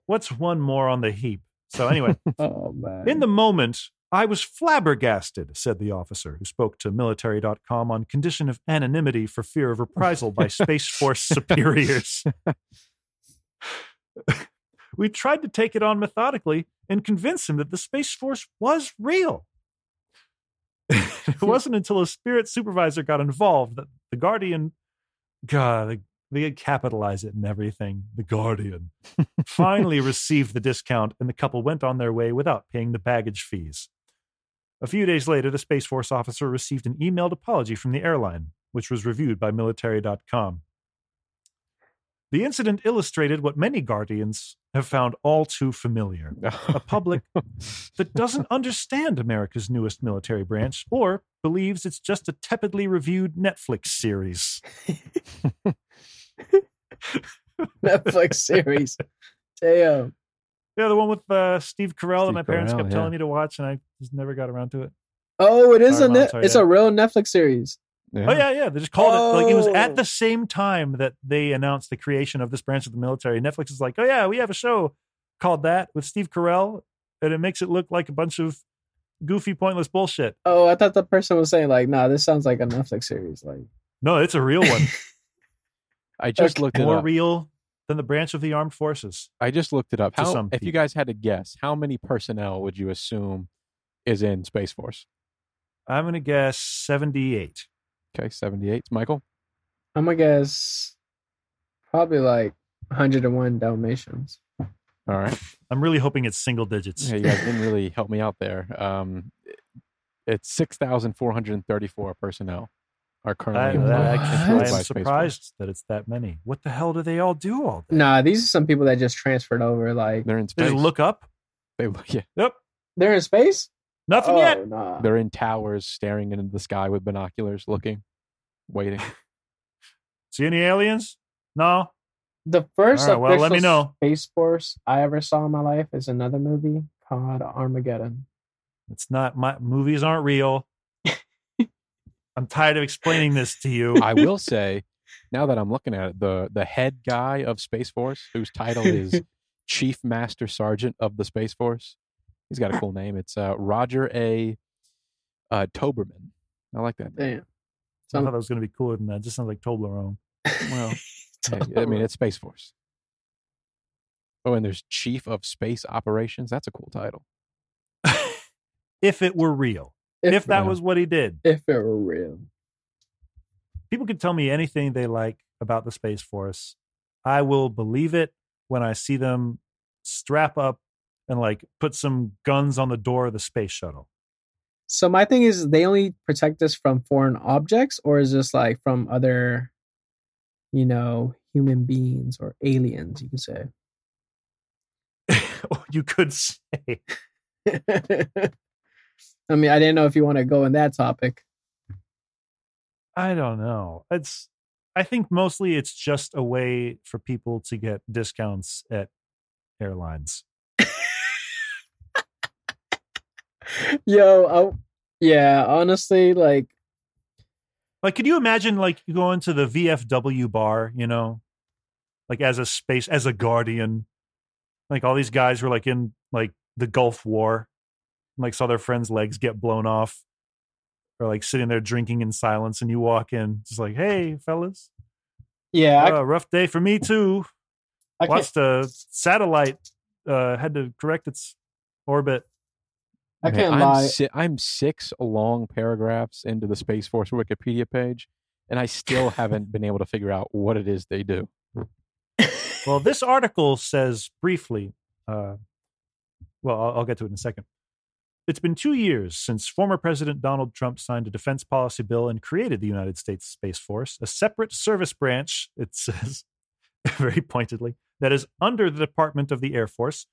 [SPEAKER 1] what's one more on the heap? So anyway,
[SPEAKER 2] Oh man.
[SPEAKER 1] In the moment, I was flabbergasted, said the officer who spoke to military.com on condition of anonymity for fear of reprisal by Space Force superiors. (laughs) we tried to take it on methodically and convince him that the Space Force was real. (laughs) it wasn't until a spirit supervisor got involved that the Guardian, God, they, they capitalize it and everything. The Guardian finally received the discount, and the couple went on their way without paying the baggage fees. A few days later, the Space Force officer received an emailed apology from the airline, which was reviewed by Military.com. The incident illustrated what many Guardians have found all too familiar (laughs)
[SPEAKER 3] (laughs)
[SPEAKER 1] a
[SPEAKER 3] Oh,
[SPEAKER 1] public that doesn't understand America's newest military branch or believes it's just a tepidly reviewed Netflix series. (laughs)
[SPEAKER 2] (laughs) Netflix series. Damn.
[SPEAKER 1] Yeah, the one with uh, Steve Carell that
[SPEAKER 3] Steve
[SPEAKER 1] my parents
[SPEAKER 3] Carell,
[SPEAKER 1] kept
[SPEAKER 3] yeah.
[SPEAKER 1] telling me to watch, and I just never got around to it.
[SPEAKER 2] Oh, it is
[SPEAKER 1] Sorry,
[SPEAKER 2] a
[SPEAKER 1] Mom,
[SPEAKER 2] net.
[SPEAKER 1] sorry,
[SPEAKER 2] It's
[SPEAKER 1] Dad.
[SPEAKER 2] a real Netflix series.
[SPEAKER 1] Oh yeah, yeah. They just called it like it was
[SPEAKER 2] Oh.
[SPEAKER 1] at the same time that they announced the creation of this branch of the military. Netflix is like, oh yeah, we have a show called that with Steve Carell, and it makes it look like a bunch of goofy, pointless bullshit.
[SPEAKER 2] Oh, I thought the person was saying like, "Nah, this sounds like a Netflix series." Like,
[SPEAKER 1] No, it's a real one,
[SPEAKER 3] I just
[SPEAKER 2] Okay.
[SPEAKER 3] looked it
[SPEAKER 1] more
[SPEAKER 3] up.
[SPEAKER 1] real than the branch of the armed forces.
[SPEAKER 3] I just looked it up.
[SPEAKER 1] to
[SPEAKER 3] How,
[SPEAKER 1] some
[SPEAKER 3] if you
[SPEAKER 1] people.
[SPEAKER 3] guys had to guess, how many personnel would you assume is in Space Force?
[SPEAKER 1] I'm gonna guess 78.
[SPEAKER 3] Okay, seventy-eight. Michael,
[SPEAKER 2] I'm gonna guess probably like 101 Dalmatians.
[SPEAKER 3] all right.
[SPEAKER 1] I'm really hoping it's single digits.
[SPEAKER 3] Yeah, you guys didn't really help me out there. Um, it's six thousand four hundred thirty-four personnel are
[SPEAKER 1] I,
[SPEAKER 3] currently.
[SPEAKER 2] Wow.
[SPEAKER 1] I
[SPEAKER 3] employed- employed
[SPEAKER 1] actually, I
[SPEAKER 3] by
[SPEAKER 1] am
[SPEAKER 3] Space Force.
[SPEAKER 1] surprised that it's that many. What the hell do they all do all day?
[SPEAKER 2] Nah, these are some people that just transferred over. Like,
[SPEAKER 3] They're in
[SPEAKER 1] They
[SPEAKER 3] space.
[SPEAKER 1] just look up.
[SPEAKER 3] They look- yeah,
[SPEAKER 1] Yep,
[SPEAKER 2] they're in space.
[SPEAKER 1] nothing
[SPEAKER 2] oh,
[SPEAKER 1] yet.
[SPEAKER 2] Nah.
[SPEAKER 3] they're in towers, staring into the sky with binoculars, looking,
[SPEAKER 1] (laughs)
[SPEAKER 3] waiting.
[SPEAKER 1] See any aliens? No.
[SPEAKER 2] The first
[SPEAKER 1] All right, well, let
[SPEAKER 2] official
[SPEAKER 1] me know.
[SPEAKER 2] space force I ever saw in my life is another movie called Armageddon.
[SPEAKER 1] It's not my movies aren't real.
[SPEAKER 3] (laughs)
[SPEAKER 1] I'm tired of explaining this to you.
[SPEAKER 3] I will say, now that I'm looking at it, the the head guy of Space Force, whose
[SPEAKER 1] (laughs)
[SPEAKER 3] title is Chief Master Sergeant of the Space Force, he's got a cool name. It's uh, Roger A. Uh, Toberman. I like that.
[SPEAKER 2] Damn.
[SPEAKER 1] I thought that was going to be cooler than that. It just sounds like Toblerone.
[SPEAKER 3] Well, (laughs)
[SPEAKER 2] (laughs)
[SPEAKER 3] hey, I mean, it's Space Force. Oh, and there's Chief of Space Operations. That's a cool title.
[SPEAKER 1] If it were real,
[SPEAKER 2] if,
[SPEAKER 1] if that
[SPEAKER 3] real.
[SPEAKER 1] was what he did,
[SPEAKER 2] if it were real.
[SPEAKER 1] people can tell me anything they like about the Space Force. I will believe it when I see them strap up and like put some guns on the door of the space shuttle. (laughs)
[SPEAKER 2] So my thing is, they only protect us from foreign objects, or is this like from other, you know, human beings or aliens? You could
[SPEAKER 3] (laughs)
[SPEAKER 2] say.
[SPEAKER 1] you could say
[SPEAKER 2] I mean, I didn't know if you want to go in that topic.
[SPEAKER 1] I don't know. It's I think mostly it's just a way for people to get discounts at airlines.
[SPEAKER 2] Yo, I, yeah, honestly, like,
[SPEAKER 1] Like could you imagine like you go into the VFW bar, you know? Like as a space as a guardian. Like all these guys were like in like the Gulf War and like saw their friends' legs get blown off. Or like sitting there drinking in silence and you walk in, just like, hey fellas.
[SPEAKER 2] yeah, I-
[SPEAKER 1] Uh, rough day for me too.
[SPEAKER 2] I, can't,
[SPEAKER 1] watched a satellite uh, had to correct its orbit.
[SPEAKER 2] I
[SPEAKER 3] Man,
[SPEAKER 2] can't
[SPEAKER 3] I'm,
[SPEAKER 2] lie.
[SPEAKER 3] si- I'm six long paragraphs into the Space Force Wikipedia page, and I still haven't been able to figure out what it is they do.
[SPEAKER 1] Well, this article says briefly. Uh, well, I'll, I'll get to it in a second. It's been two years since former President Donald Trump signed a defense policy bill and created the United States Space Force, a separate service branch. It says (laughs) very pointedly that is under the Department of the Air Force.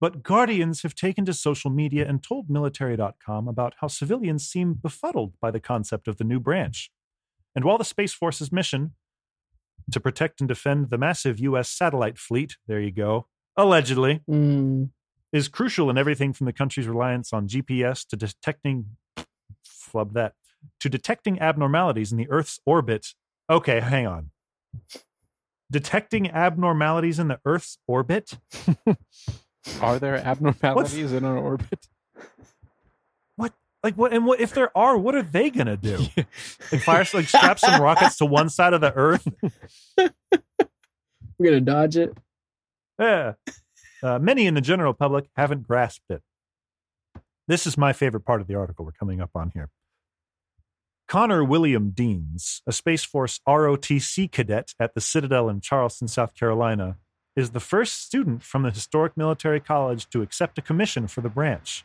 [SPEAKER 1] But Guardians have taken to social media and told Military.com about how civilians seem befuddled by the concept of the new branch. And while the Space Force's mission to protect and defend the massive U.S. satellite fleet, there you go, allegedly,
[SPEAKER 2] Mm,
[SPEAKER 1] is crucial in everything from the country's reliance on GPS to detecting flub that to detecting abnormalities in the Earth's orbit. Okay, hang on. Detecting abnormalities in the Earth's orbit?
[SPEAKER 2] (laughs)
[SPEAKER 3] Are there abnormalities in our orbit?
[SPEAKER 1] Like what and what if there are, what are they gonna do? Like fire like strap some rockets to one side of the earth?
[SPEAKER 2] We're gonna dodge (laughs) it.
[SPEAKER 1] Yeah. Uh, many in the general public haven't grasped it. This is my favorite part of the article we're coming up on here. Connor William Deans, a Space Force ROTC cadet at the Citadel in Charleston, South Carolina, is the first student from the historic military college to accept a commission for the branch.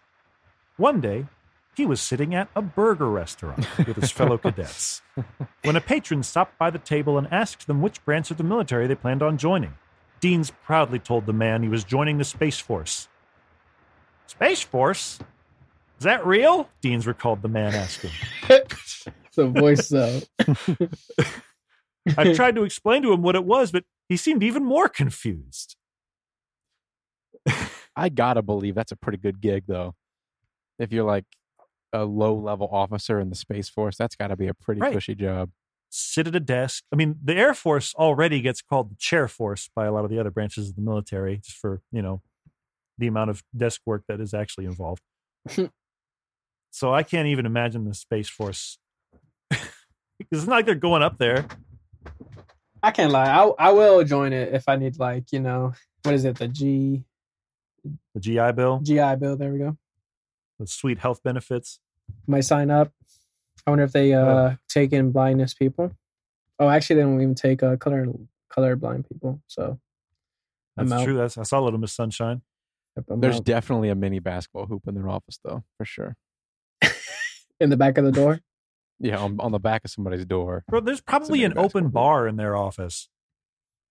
[SPEAKER 1] One day, he was sitting at a burger restaurant with his fellow cadets when a patron stopped by the table and asked them which branch of the military they planned on joining. Deans proudly told the man he was joining the Space Force. Space Force? Is that real? Deans recalled the man asking.
[SPEAKER 2] The voice though.
[SPEAKER 1] I tried to explain to him what it was, but he seemed even more confused.
[SPEAKER 3] I gotta believe that's a pretty good gig, though. If you're like a low level officer in the Space Force, that's gotta be a pretty
[SPEAKER 1] Right.
[SPEAKER 3] cushy job.
[SPEAKER 1] Sit at a desk. I mean, the Air Force already gets called the chair force by a lot of the other branches of the military just for, you know, the amount of desk work that is actually involved. so I can't even imagine the Space Force. (laughs) it's not like they're going up there.
[SPEAKER 2] I can't lie. I I will join it if I need like, you know, what is it, the G
[SPEAKER 1] The GI Bill,
[SPEAKER 2] GI Bill, there we go.
[SPEAKER 1] the sweet health benefits.
[SPEAKER 2] Might sign up. I wonder if they uh
[SPEAKER 1] Oh.
[SPEAKER 2] take in blindness people. Oh, actually they don't even take uh color color blind people. So I'm
[SPEAKER 1] That's
[SPEAKER 2] out.
[SPEAKER 1] true. That's, I saw Little Miss Sunshine.
[SPEAKER 2] yep, I'm
[SPEAKER 3] There's
[SPEAKER 2] out.
[SPEAKER 3] definitely a mini basketball hoop in their office, though, for sure.
[SPEAKER 2] in the back of the door.
[SPEAKER 3] Yeah, on, on the back of somebody's door.
[SPEAKER 1] Bro, there's probably
[SPEAKER 3] big
[SPEAKER 1] an open
[SPEAKER 3] basketball.
[SPEAKER 1] bar in their office.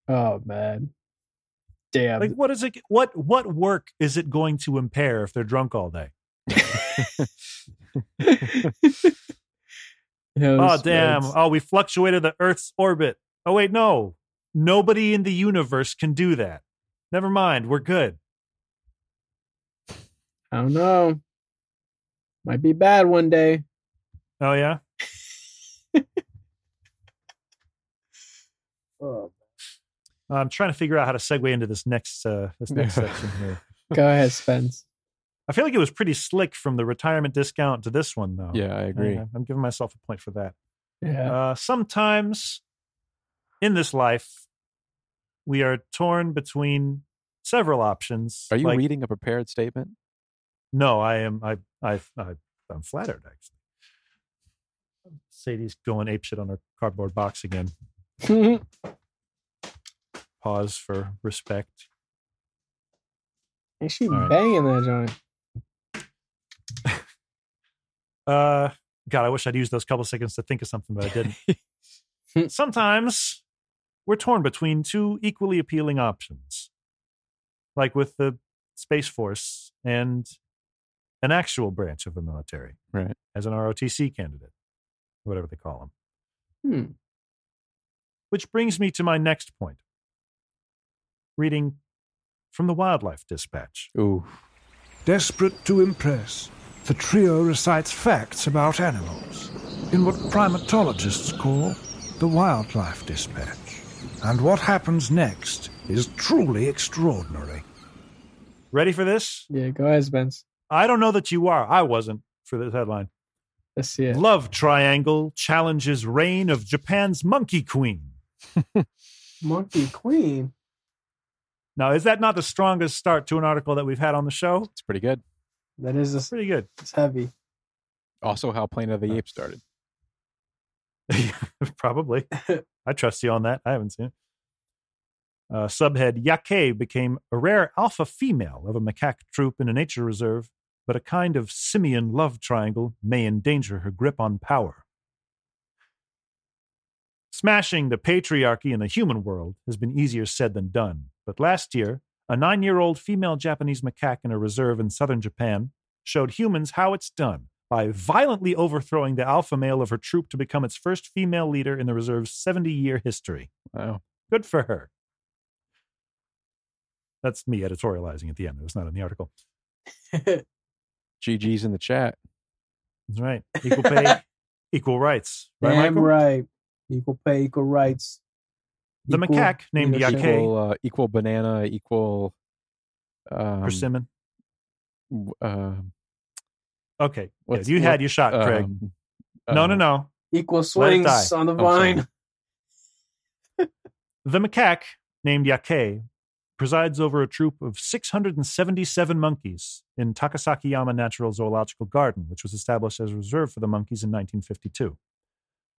[SPEAKER 2] Oh man. Damn.
[SPEAKER 1] Like, what is it? What what work is it going to impair if they're drunk all day?
[SPEAKER 2] Yeah,
[SPEAKER 1] Oh
[SPEAKER 2] those
[SPEAKER 1] damn!
[SPEAKER 2] words.
[SPEAKER 1] Oh, we fluctuated the Earth's orbit. Oh wait, no, nobody in the universe can do that. Never mind, we're good.
[SPEAKER 2] I don't know. Might be bad one day.
[SPEAKER 1] Oh yeah,
[SPEAKER 2] Oh,
[SPEAKER 1] I'm trying to figure out how to segue into this next uh,
[SPEAKER 2] (laughs)
[SPEAKER 1] this next section here.
[SPEAKER 2] Go ahead, Spence.
[SPEAKER 1] I feel like it was pretty slick from the retirement discount to this one though.
[SPEAKER 3] Yeah, I agree.
[SPEAKER 1] Yeah, I'm giving myself a point for that.
[SPEAKER 2] (laughs) Yeah.
[SPEAKER 1] Uh, sometimes in this life, we are torn between several options.
[SPEAKER 3] Are you
[SPEAKER 1] like-
[SPEAKER 3] reading a prepared statement?
[SPEAKER 1] No, I am. I, I, I, I'm flattered actually. Sadie's going apeshit on her cardboard box again. Pause for respect.
[SPEAKER 2] And she
[SPEAKER 1] All right.
[SPEAKER 2] banging that joint.
[SPEAKER 1] Uh, God, I wish I'd used those couple seconds to think of something, but I didn't. Sometimes we're torn between two equally appealing options, like with the Space Force and an actual branch of the military,
[SPEAKER 3] Right.
[SPEAKER 1] As an ROTC candidate, whatever they call them.
[SPEAKER 2] Hmm.
[SPEAKER 1] Which brings me to my next point reading from the Wildlife Dispatch.
[SPEAKER 3] Ooh.
[SPEAKER 4] Desperate to impress, the trio recites facts about animals in what primatologists call the wildlife dispatch. And what happens next is truly extraordinary.
[SPEAKER 1] Ready for this?
[SPEAKER 2] Yeah, go ahead, Spence.
[SPEAKER 1] I don't know that you are. I wasn't for this headline.
[SPEAKER 2] Let's see it.
[SPEAKER 1] Love Triangle challenges reign of Japan's Monkey Queen.
[SPEAKER 2] Monkey Queen.
[SPEAKER 1] Now, is that not the strongest start to an article that we've had on the show?
[SPEAKER 3] It's pretty good.
[SPEAKER 2] That is a,
[SPEAKER 1] Pretty good.
[SPEAKER 2] it's (laughs) heavy.
[SPEAKER 3] Also, how Planet of the Apes started.
[SPEAKER 1] (laughs) Probably. I trust you on that. I haven't seen it. Uh, subhead Yake became a rare alpha female of a macaque troop in a nature reserve, but a kind of simian love triangle may endanger her grip on power. Smashing the patriarchy in the human world has been easier said than done, but last year, a nine year old female Japanese macaque in a reserve in southern Japan showed humans how it's done by violently overthrowing the alpha male of her troop to become its first female leader in the reserve's 70 year history.
[SPEAKER 3] Wow.
[SPEAKER 1] Good for her. That's me editorializing at the end. It was not in the article.
[SPEAKER 3] GG's in the chat.
[SPEAKER 1] That's right. Equal
[SPEAKER 3] (laughs)
[SPEAKER 1] pay, equal rights. Right,
[SPEAKER 2] Damn
[SPEAKER 1] Michael?
[SPEAKER 2] right. Equal pay, equal rights.
[SPEAKER 1] The
[SPEAKER 2] Equal-
[SPEAKER 1] macaque named
[SPEAKER 2] leadership.
[SPEAKER 1] Yake
[SPEAKER 3] Equal, uh, equal banana, equal um,
[SPEAKER 1] Persimmon.
[SPEAKER 3] w- um,
[SPEAKER 1] Okay. Yeah,
[SPEAKER 3] what's-
[SPEAKER 1] you
[SPEAKER 3] what-
[SPEAKER 1] had your shot, Craig.
[SPEAKER 3] um,
[SPEAKER 1] no,
[SPEAKER 3] uh,
[SPEAKER 1] no, no.
[SPEAKER 2] Equal
[SPEAKER 1] Let it
[SPEAKER 2] swings
[SPEAKER 1] die.
[SPEAKER 2] on the
[SPEAKER 3] I'm sorry.
[SPEAKER 2] vine. (laughs)
[SPEAKER 1] The macaque named Yake presides over a troop of 677 monkeys in Takasakiyama Natural Zoological Garden, which was established as a reserve for the monkeys in 1952.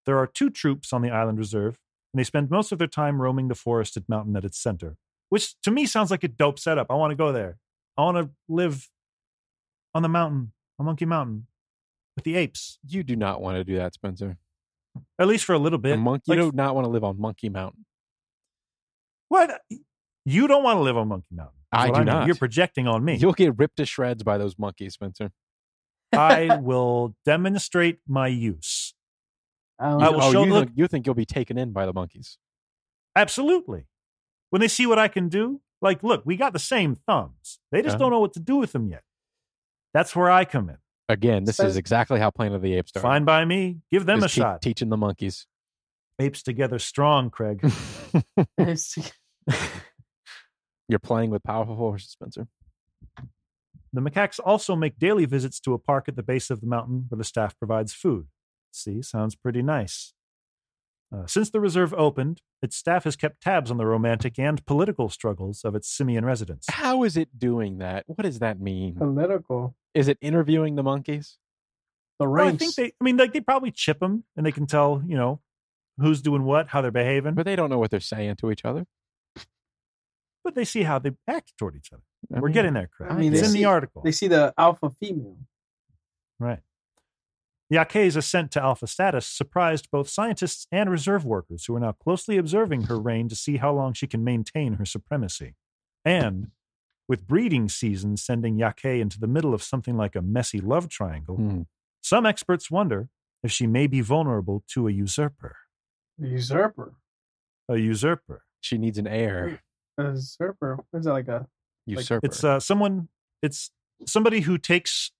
[SPEAKER 1] There are two troops on the island reserve, and they spend most of their time roaming the forested mountain at its center, which to me sounds like a dope setup. I want to go there. I want to live on the mountain, on Monkey Mountain, with the apes,
[SPEAKER 3] You do not want to do that, Spencer.
[SPEAKER 1] at least for a little
[SPEAKER 3] A
[SPEAKER 1] bit.
[SPEAKER 3] monkey,
[SPEAKER 1] Like,
[SPEAKER 3] you do not want to live on Monkey Mountain.
[SPEAKER 1] What? You don't want to live on Monkey Mountain. is
[SPEAKER 3] I
[SPEAKER 1] what
[SPEAKER 3] do
[SPEAKER 1] know.
[SPEAKER 3] not.
[SPEAKER 1] You're projecting on me.
[SPEAKER 3] You'll get ripped to shreds by those monkeys, Spencer.
[SPEAKER 1] I will demonstrate my use.
[SPEAKER 2] Um,
[SPEAKER 1] I will
[SPEAKER 3] oh,
[SPEAKER 1] show
[SPEAKER 3] you,
[SPEAKER 1] the-
[SPEAKER 3] think, you think you'll be taken in by the monkeys?
[SPEAKER 1] Absolutely. When they see what I can do, like, look, we got the same thumbs. They just
[SPEAKER 3] Uh-huh.
[SPEAKER 1] don't know what to do with them yet. That's where I come in.
[SPEAKER 3] Again, this is
[SPEAKER 2] Spencer-
[SPEAKER 3] exactly how Planet of the Apes started.
[SPEAKER 1] Fine by me. Give them a
[SPEAKER 3] Just keep
[SPEAKER 1] shot.
[SPEAKER 3] Teaching
[SPEAKER 1] (laughs)
[SPEAKER 3] the monkeys.
[SPEAKER 1] Apes together strong,
[SPEAKER 3] Hmm.
[SPEAKER 1] Craig.
[SPEAKER 2] (laughs)
[SPEAKER 3] You're playing with powerful horses, Spencer.
[SPEAKER 1] the macaques also make daily visits to a park at the base of the mountain where the staff provides food. See, sounds pretty nice. Uh, since the reserve opened, its staff has kept tabs on the romantic and political struggles of its simian residents.
[SPEAKER 3] How is it doing that? What does that mean?
[SPEAKER 1] Oh.
[SPEAKER 2] political.
[SPEAKER 3] Is it interviewing the monkeys?
[SPEAKER 2] The
[SPEAKER 1] Well,
[SPEAKER 2] ranks.
[SPEAKER 1] I think they. I mean, like they probably chip them, and they can tell you know who's doing what, how they're behaving,
[SPEAKER 3] But
[SPEAKER 1] but,
[SPEAKER 3] they don't know what they're saying to each other.
[SPEAKER 1] they see how they act toward each other.
[SPEAKER 3] I
[SPEAKER 1] We're
[SPEAKER 3] mean,
[SPEAKER 1] getting there, Craig.
[SPEAKER 2] I mean,
[SPEAKER 1] it's
[SPEAKER 2] they
[SPEAKER 1] in
[SPEAKER 2] see-
[SPEAKER 1] the article,
[SPEAKER 2] They see the alpha female.
[SPEAKER 1] right? Yake's ascent to alpha status surprised both scientists and reserve workers, who are now closely observing her reign to see how long she can maintain her supremacy, and with breeding season sending Yake into the middle of something like a messy love triangle,
[SPEAKER 3] Hmm.
[SPEAKER 1] some experts wonder if she may be vulnerable to a usurper.
[SPEAKER 2] The usurper.
[SPEAKER 1] A usurper.
[SPEAKER 3] She needs an heir.
[SPEAKER 2] The usurper. What is that like a
[SPEAKER 3] Usurper.
[SPEAKER 1] It's uh, someone. It's somebody who takes,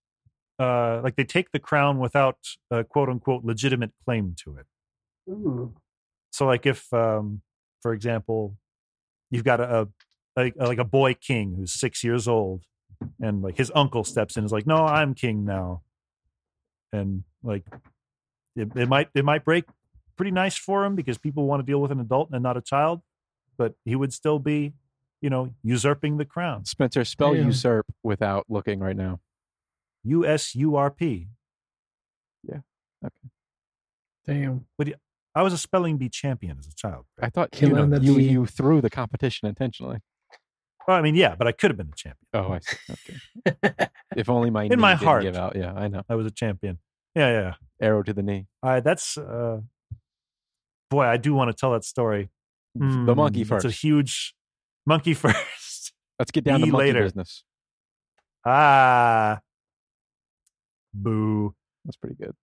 [SPEAKER 1] uh, like they take the crown without uh, quote unquote legitimate claim to it.
[SPEAKER 2] ooh.
[SPEAKER 1] So, like if, um, for example, you've got a, a like, like a boy king who's six years old, and like his uncle steps in and is like, "No, I'm king now," and like it, it might it might break pretty nice for him because people want to deal with an adult and not a child, but he would still be, you know, usurping the crown.
[SPEAKER 3] Spencer, spell
[SPEAKER 2] Damn.
[SPEAKER 3] usurp without looking right now.
[SPEAKER 1] U S U R P.
[SPEAKER 2] Damn.
[SPEAKER 1] I was a spelling bee champion as a child.
[SPEAKER 3] I thought you,
[SPEAKER 2] Killing
[SPEAKER 3] know,
[SPEAKER 2] the
[SPEAKER 3] you,
[SPEAKER 2] bee.
[SPEAKER 3] you threw the competition intentionally.
[SPEAKER 1] Well, I mean, yeah, but I could have been a champion.
[SPEAKER 3] Oh,
[SPEAKER 1] (laughs)
[SPEAKER 3] I see. Okay. if only my knee
[SPEAKER 1] my
[SPEAKER 3] didn't
[SPEAKER 1] heart.
[SPEAKER 3] give out. Yeah, I know.
[SPEAKER 1] I was a champion. Yeah, yeah. yeah.
[SPEAKER 3] Arrow to the knee.
[SPEAKER 1] I that's uh, boy, I do want to tell that story.
[SPEAKER 3] the
[SPEAKER 1] Mm,
[SPEAKER 3] monkey
[SPEAKER 1] It's
[SPEAKER 3] first.
[SPEAKER 1] a huge (laughs) monkey first. (laughs)
[SPEAKER 3] Let's get down
[SPEAKER 1] knee
[SPEAKER 3] to monkey
[SPEAKER 1] later.
[SPEAKER 3] business.
[SPEAKER 1] ah, boo.
[SPEAKER 3] That's pretty good.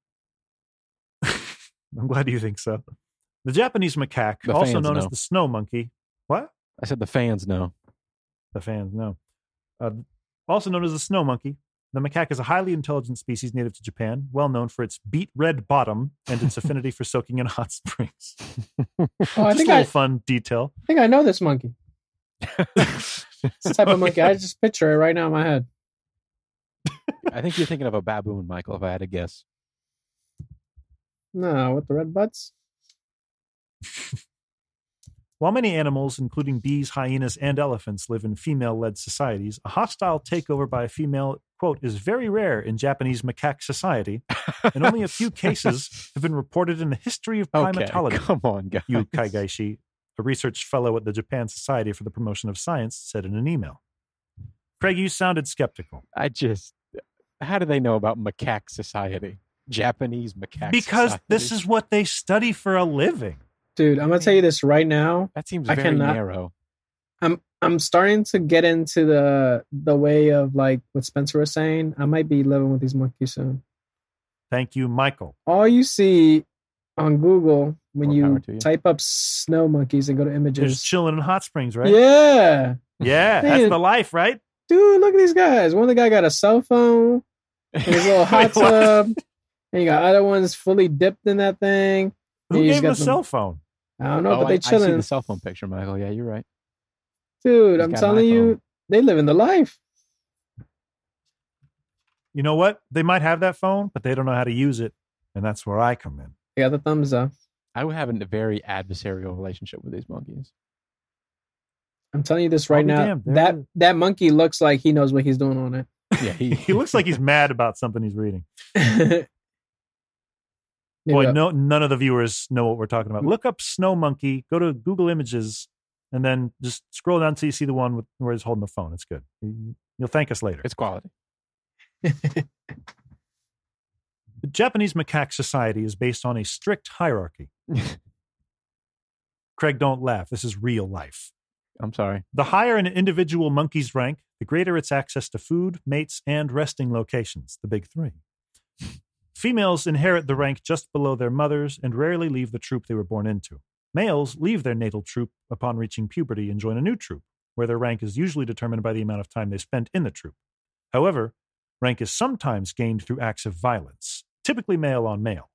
[SPEAKER 1] I'm glad you think so. The Japanese macaque,
[SPEAKER 3] The
[SPEAKER 1] also
[SPEAKER 3] fans
[SPEAKER 1] known as
[SPEAKER 3] know.
[SPEAKER 1] the snow monkey. What?
[SPEAKER 3] I said the fans know.
[SPEAKER 1] The fans know. Uh, also known as the snow monkey, the macaque is a highly intelligent species native to Japan, well known for its beet red bottom and its affinity for soaking in hot (laughs) springs.
[SPEAKER 2] Oh, I
[SPEAKER 1] Just
[SPEAKER 2] think
[SPEAKER 1] a
[SPEAKER 2] I,
[SPEAKER 1] little fun detail.
[SPEAKER 2] I think I know this monkey. It's the type of monkey. I just picture it right now in my head.
[SPEAKER 3] I think you're thinking of a baboon, Michael, if I had to guess.
[SPEAKER 2] No, with the red butts.
[SPEAKER 1] While many animals, including bees, hyenas, and elephants, live in female led societies, a hostile takeover by a female, quote, is very rare in Japanese macaque society, and only a
[SPEAKER 2] (laughs)
[SPEAKER 1] few cases have been reported in the history of
[SPEAKER 3] Okay, (laughs)
[SPEAKER 1] primatology.
[SPEAKER 3] come on, guys.
[SPEAKER 1] Yu Kaigaishi, a research fellow at the Japan Society for the Promotion of Science, said in an email. Craig, you sounded skeptical.
[SPEAKER 3] I just, how do they know about macaque society? Japanese macaque
[SPEAKER 1] Because
[SPEAKER 3] society?
[SPEAKER 1] this is what they study for a living.
[SPEAKER 2] Dude, I'm gonna tell you this right now.
[SPEAKER 3] That seems
[SPEAKER 2] I
[SPEAKER 3] very
[SPEAKER 2] cannot-
[SPEAKER 3] narrow.
[SPEAKER 2] I'm I'm starting to get into the the way of like what Spencer was saying. I might be living with these monkeys soon.
[SPEAKER 1] Thank you, Michael.
[SPEAKER 2] All you see on Google when
[SPEAKER 3] More power
[SPEAKER 2] you,
[SPEAKER 3] to you.
[SPEAKER 2] type up snow monkeys and go to
[SPEAKER 1] There's
[SPEAKER 2] images.
[SPEAKER 1] chilling in hot springs, right?
[SPEAKER 2] Yeah.
[SPEAKER 1] Yeah, that's
[SPEAKER 2] Man.
[SPEAKER 1] the life, right?
[SPEAKER 2] Dude, look at these guys. One of the guy got a cell phone, and his little hot
[SPEAKER 1] Wait, what?
[SPEAKER 2] tub, and you got other ones fully dipped in that thing.
[SPEAKER 1] Who
[SPEAKER 2] Yeah, he's
[SPEAKER 1] gave him
[SPEAKER 2] got
[SPEAKER 1] a
[SPEAKER 2] some-
[SPEAKER 1] cell phone?
[SPEAKER 2] I don't know,
[SPEAKER 3] oh,
[SPEAKER 2] but they
[SPEAKER 3] I, I see
[SPEAKER 2] chilling.
[SPEAKER 3] the cell phone picture, Michael. Yeah, you're right.
[SPEAKER 2] Dude,
[SPEAKER 3] He's
[SPEAKER 2] I'm
[SPEAKER 3] got an
[SPEAKER 2] telling
[SPEAKER 3] iPhone.
[SPEAKER 2] you, they living the life.
[SPEAKER 1] You know what? They might have that phone, but they don't know how to use it, and that's where I come in.
[SPEAKER 2] They got the thumbs up.
[SPEAKER 3] I would have a very adversarial relationship with
[SPEAKER 1] (laughs)
[SPEAKER 3] these monkeys.
[SPEAKER 2] I'm telling you this right
[SPEAKER 1] be
[SPEAKER 2] now.
[SPEAKER 1] damned. There
[SPEAKER 2] that
[SPEAKER 1] it is.
[SPEAKER 2] that monkey looks like he knows what he's doing on it.
[SPEAKER 3] Yeah, he,
[SPEAKER 1] He looks
[SPEAKER 2] (laughs)
[SPEAKER 1] like he's mad about something he's reading.
[SPEAKER 2] Maybe
[SPEAKER 1] Boy,
[SPEAKER 2] I'll-
[SPEAKER 1] no, none of the viewers know what we're talking about. Look up snow monkey. Go to Google Images, and then just scroll down till you see the one with, where he's holding the phone. It's good. You- You'll thank us later.
[SPEAKER 3] it's quality.
[SPEAKER 1] The Japanese macaque society is based on a strict hierarchy. Craig, don't laugh. This is real life.
[SPEAKER 3] I'm sorry.
[SPEAKER 1] The higher an individual monkey's rank, the greater its access to food, mates, and resting locations, the big three. Females inherit the rank just below their mothers and rarely leave the troop they were born into. Males leave their natal troop upon reaching puberty and join a new troop, where their rank is usually determined by the amount of time they spent in the troop. However, rank is sometimes gained through acts of violence, typically male on male.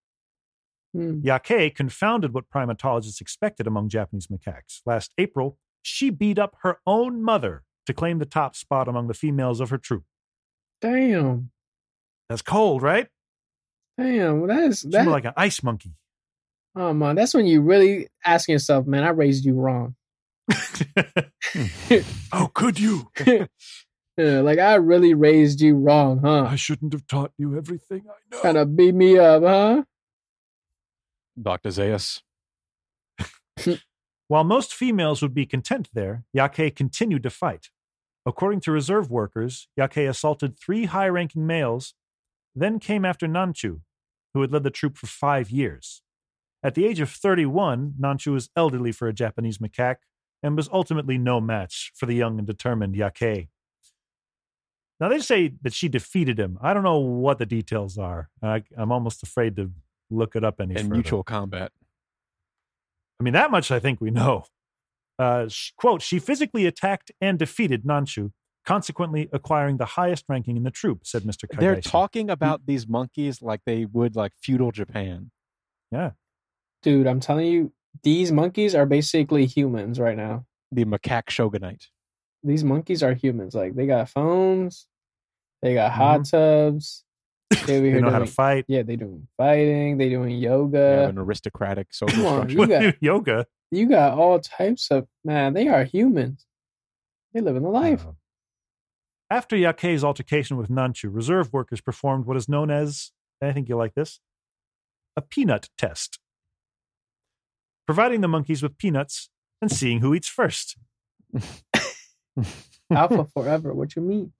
[SPEAKER 2] Hmm.
[SPEAKER 1] Yake confounded what primatologists expected among Japanese macaques. Last April, she beat up her own mother to claim the top spot among the females of her troop.
[SPEAKER 2] Damn.
[SPEAKER 1] That's cold, right?
[SPEAKER 2] Damn. Well, that is
[SPEAKER 1] She's
[SPEAKER 2] that.
[SPEAKER 1] more like an ice monkey. (laughs)
[SPEAKER 2] oh man, that's when you really asking yourself, man, I raised you wrong.
[SPEAKER 1] Hmm.
[SPEAKER 4] How could you?
[SPEAKER 2] Yeah, like I really raised you wrong,
[SPEAKER 4] I
[SPEAKER 2] huh?
[SPEAKER 4] shouldn't have taught you everything I know.
[SPEAKER 2] Trying to beat me up, huh?
[SPEAKER 3] Dr. Zeus.
[SPEAKER 1] While most females would be content there, Yake continued to fight. According to reserve workers, Yake assaulted three high ranking males, then came after Nanchu, who had led the troop for five years. At the age of 31, Nanchu was elderly for a Japanese macaque and was ultimately no match for the young and determined Yake. Now, they say that she defeated him. I don't know what the details are. I, I'm almost afraid to look it up any
[SPEAKER 3] And
[SPEAKER 1] further.
[SPEAKER 3] mutual combat.
[SPEAKER 1] I mean, that much I think we know. Uh, sh- quote, she physically attacked and defeated Nanshu, consequently acquiring the highest ranking in the troop, said Mr. Kaidashi.
[SPEAKER 3] They're talking about these monkeys like they would like feudal Japan.
[SPEAKER 2] Dude, I'm telling you, these monkeys are basically humans right now.
[SPEAKER 3] The macaque shogunate.
[SPEAKER 2] These monkeys are humans. Like they got phones, they got hot tubs. They, over
[SPEAKER 1] Mm-hmm. (laughs) They
[SPEAKER 2] here
[SPEAKER 1] know how to
[SPEAKER 2] doing-
[SPEAKER 1] fight.
[SPEAKER 2] Yeah, they doing fighting. They doing
[SPEAKER 3] They have
[SPEAKER 2] yoga.
[SPEAKER 3] an aristocratic social
[SPEAKER 2] Uh, come on,
[SPEAKER 3] structure.
[SPEAKER 2] you
[SPEAKER 1] (laughs)
[SPEAKER 2] got-
[SPEAKER 1] Yoga.
[SPEAKER 2] you got all types of man. They are humans. They living the life.
[SPEAKER 1] Uh, after Yake's altercation with Nanshu, reserve workers performed what is known as, I think you'll like this, a peanut test. Providing the monkeys with peanuts and seeing who eats first. (laughs)
[SPEAKER 2] Alpha forever. What you mean?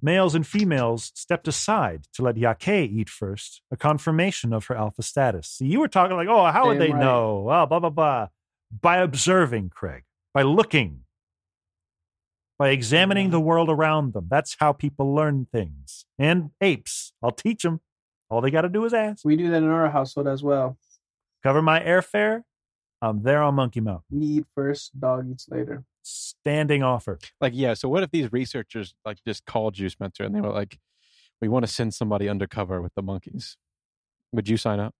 [SPEAKER 1] Males and females stepped aside to let Yake eat first, a confirmation of her alpha status. So you were talking like, oh, how would
[SPEAKER 2] Damn
[SPEAKER 1] they
[SPEAKER 2] right.
[SPEAKER 1] know? Oh, blah, blah, blah. By observing, Craig, by looking, by examining
[SPEAKER 3] Mm-hmm.
[SPEAKER 1] the world around them. That's how people learn things. And apes, I'll teach them. All they got to do is ask.
[SPEAKER 2] We do that in our household as well.
[SPEAKER 1] Cover my airfare. I'm there on Monkey Mountain.
[SPEAKER 2] We eat first, dog eats later.
[SPEAKER 1] Standing offer.
[SPEAKER 3] like yeah so what if these researchers like just called you spencer and they were like we want to send somebody undercover with the monkeys would you sign up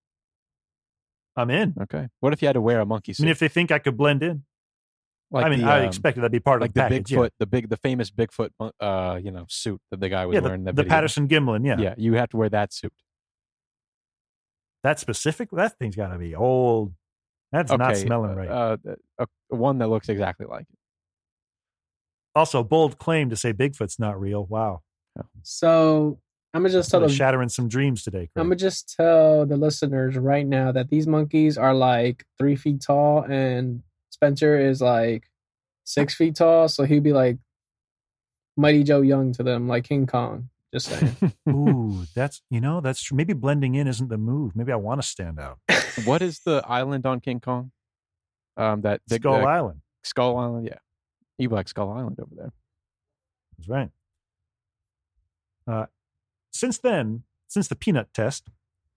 [SPEAKER 1] I'm in.
[SPEAKER 3] okay what if you had to wear a
[SPEAKER 1] I
[SPEAKER 3] monkey suit
[SPEAKER 1] mean, if they think I could blend in,
[SPEAKER 3] like
[SPEAKER 1] I mean,
[SPEAKER 3] the,
[SPEAKER 1] I
[SPEAKER 3] um,
[SPEAKER 1] expected that'd be part
[SPEAKER 3] like
[SPEAKER 1] of the,
[SPEAKER 3] the,
[SPEAKER 1] package. yeah.
[SPEAKER 3] bigfoot the big the famous bigfoot mon- uh you know suit that the guy was
[SPEAKER 1] Yeah,
[SPEAKER 3] wearing in
[SPEAKER 1] the,
[SPEAKER 3] that
[SPEAKER 1] the
[SPEAKER 3] video.
[SPEAKER 1] Patterson Gimlin, yeah.
[SPEAKER 3] yeah. you have to wear that suit
[SPEAKER 1] That specific? That thing's got to be old. That's not
[SPEAKER 3] Okay,
[SPEAKER 1] smelling
[SPEAKER 3] uh,
[SPEAKER 1] right.
[SPEAKER 3] uh, uh, one that looks exactly like it
[SPEAKER 1] also, bold claim to say Bigfoot's not real. Wow.
[SPEAKER 2] So I'm gonna just tell
[SPEAKER 1] Really
[SPEAKER 2] the
[SPEAKER 1] shattering some dreams today.
[SPEAKER 2] I'm
[SPEAKER 1] Craig.
[SPEAKER 2] gonna just tell the listeners right now that these monkeys are like three feet tall, and Spencer is like six feet tall, so he'd be like Mighty Joe Young to them, like King Kong. Just
[SPEAKER 3] (laughs)
[SPEAKER 2] saying.
[SPEAKER 1] Ooh, that's, you know, that's true. Maybe blending in isn't the move. Maybe I want to stand out.
[SPEAKER 3] what is the island on king kong um that big,
[SPEAKER 1] Skull
[SPEAKER 3] uh,
[SPEAKER 1] Island.
[SPEAKER 3] skull island yeah you like skull island over there
[SPEAKER 1] That's right. Uh, since then, since the peanut test,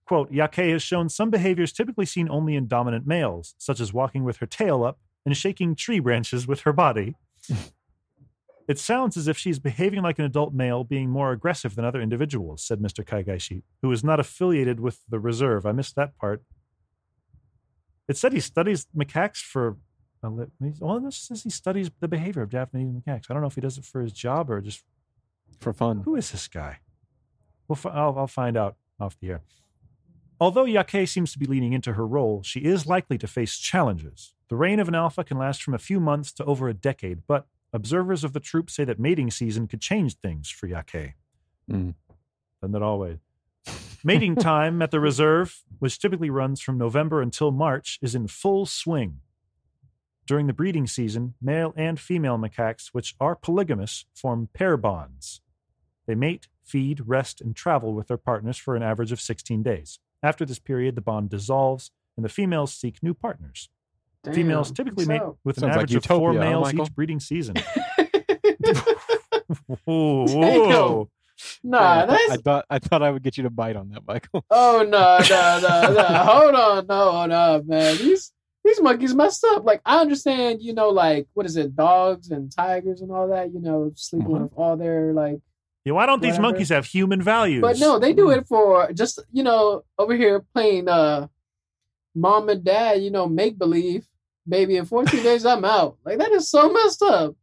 [SPEAKER 1] quote, Yake has shown some behaviors typically seen only in dominant males, such as walking with her tail up and shaking tree branches with her body. It sounds as if she's behaving like an adult male, being more aggressive than other individuals, said Mr. Kaigaishi, who is not affiliated with the reserve. I missed that part. It said he studies macaques for. a li- All this says he studies the behavior of Japanese macaques. I don't know if he does it for his job or just
[SPEAKER 3] for fun.
[SPEAKER 1] who is this guy? Well, fi- I'll, I'll find out off the air. Although Yake seems to be leaning into her role, she is likely to face challenges. The reign of an alpha can last from a few months to over a decade, but observers of the troop say that mating season could change things for Yake.
[SPEAKER 3] Mm.
[SPEAKER 1] And not always. (laughs) Mating time at the reserve, which typically runs from November until March, is in full swing. During the breeding season, male and female macaques, which are polygamous, form pair bonds. They mate, feed, rest, and travel with their partners for an average of 16 days. After this period, the bond dissolves and the females seek new partners. Females
[SPEAKER 2] Damn.
[SPEAKER 1] typically
[SPEAKER 2] So-
[SPEAKER 1] mate (laughs) with an
[SPEAKER 3] Sounds like
[SPEAKER 1] average of
[SPEAKER 3] utopia,
[SPEAKER 1] four
[SPEAKER 3] huh,
[SPEAKER 1] males
[SPEAKER 3] Michael?
[SPEAKER 1] each breeding
[SPEAKER 2] (laughs)
[SPEAKER 1] season. Whoa,
[SPEAKER 2] nah,
[SPEAKER 3] I
[SPEAKER 2] that's
[SPEAKER 3] thought I thought I would get you to bite on that, Michael.
[SPEAKER 2] (laughs) oh no no no no. Hold on, no hold on, man. These these monkeys messed up. Like I understand, you know, like what is it, dogs and tigers and all that. You know, sleeping
[SPEAKER 3] Mhm.
[SPEAKER 2] with all their like.
[SPEAKER 1] Yeah, why don't these
[SPEAKER 2] Whatever.
[SPEAKER 1] monkeys have human values?
[SPEAKER 2] But no, they do it for just you know over here playing uh, mom and dad. You know, make believe, baby. In fourteen days, I'm out. Like that is so messed up.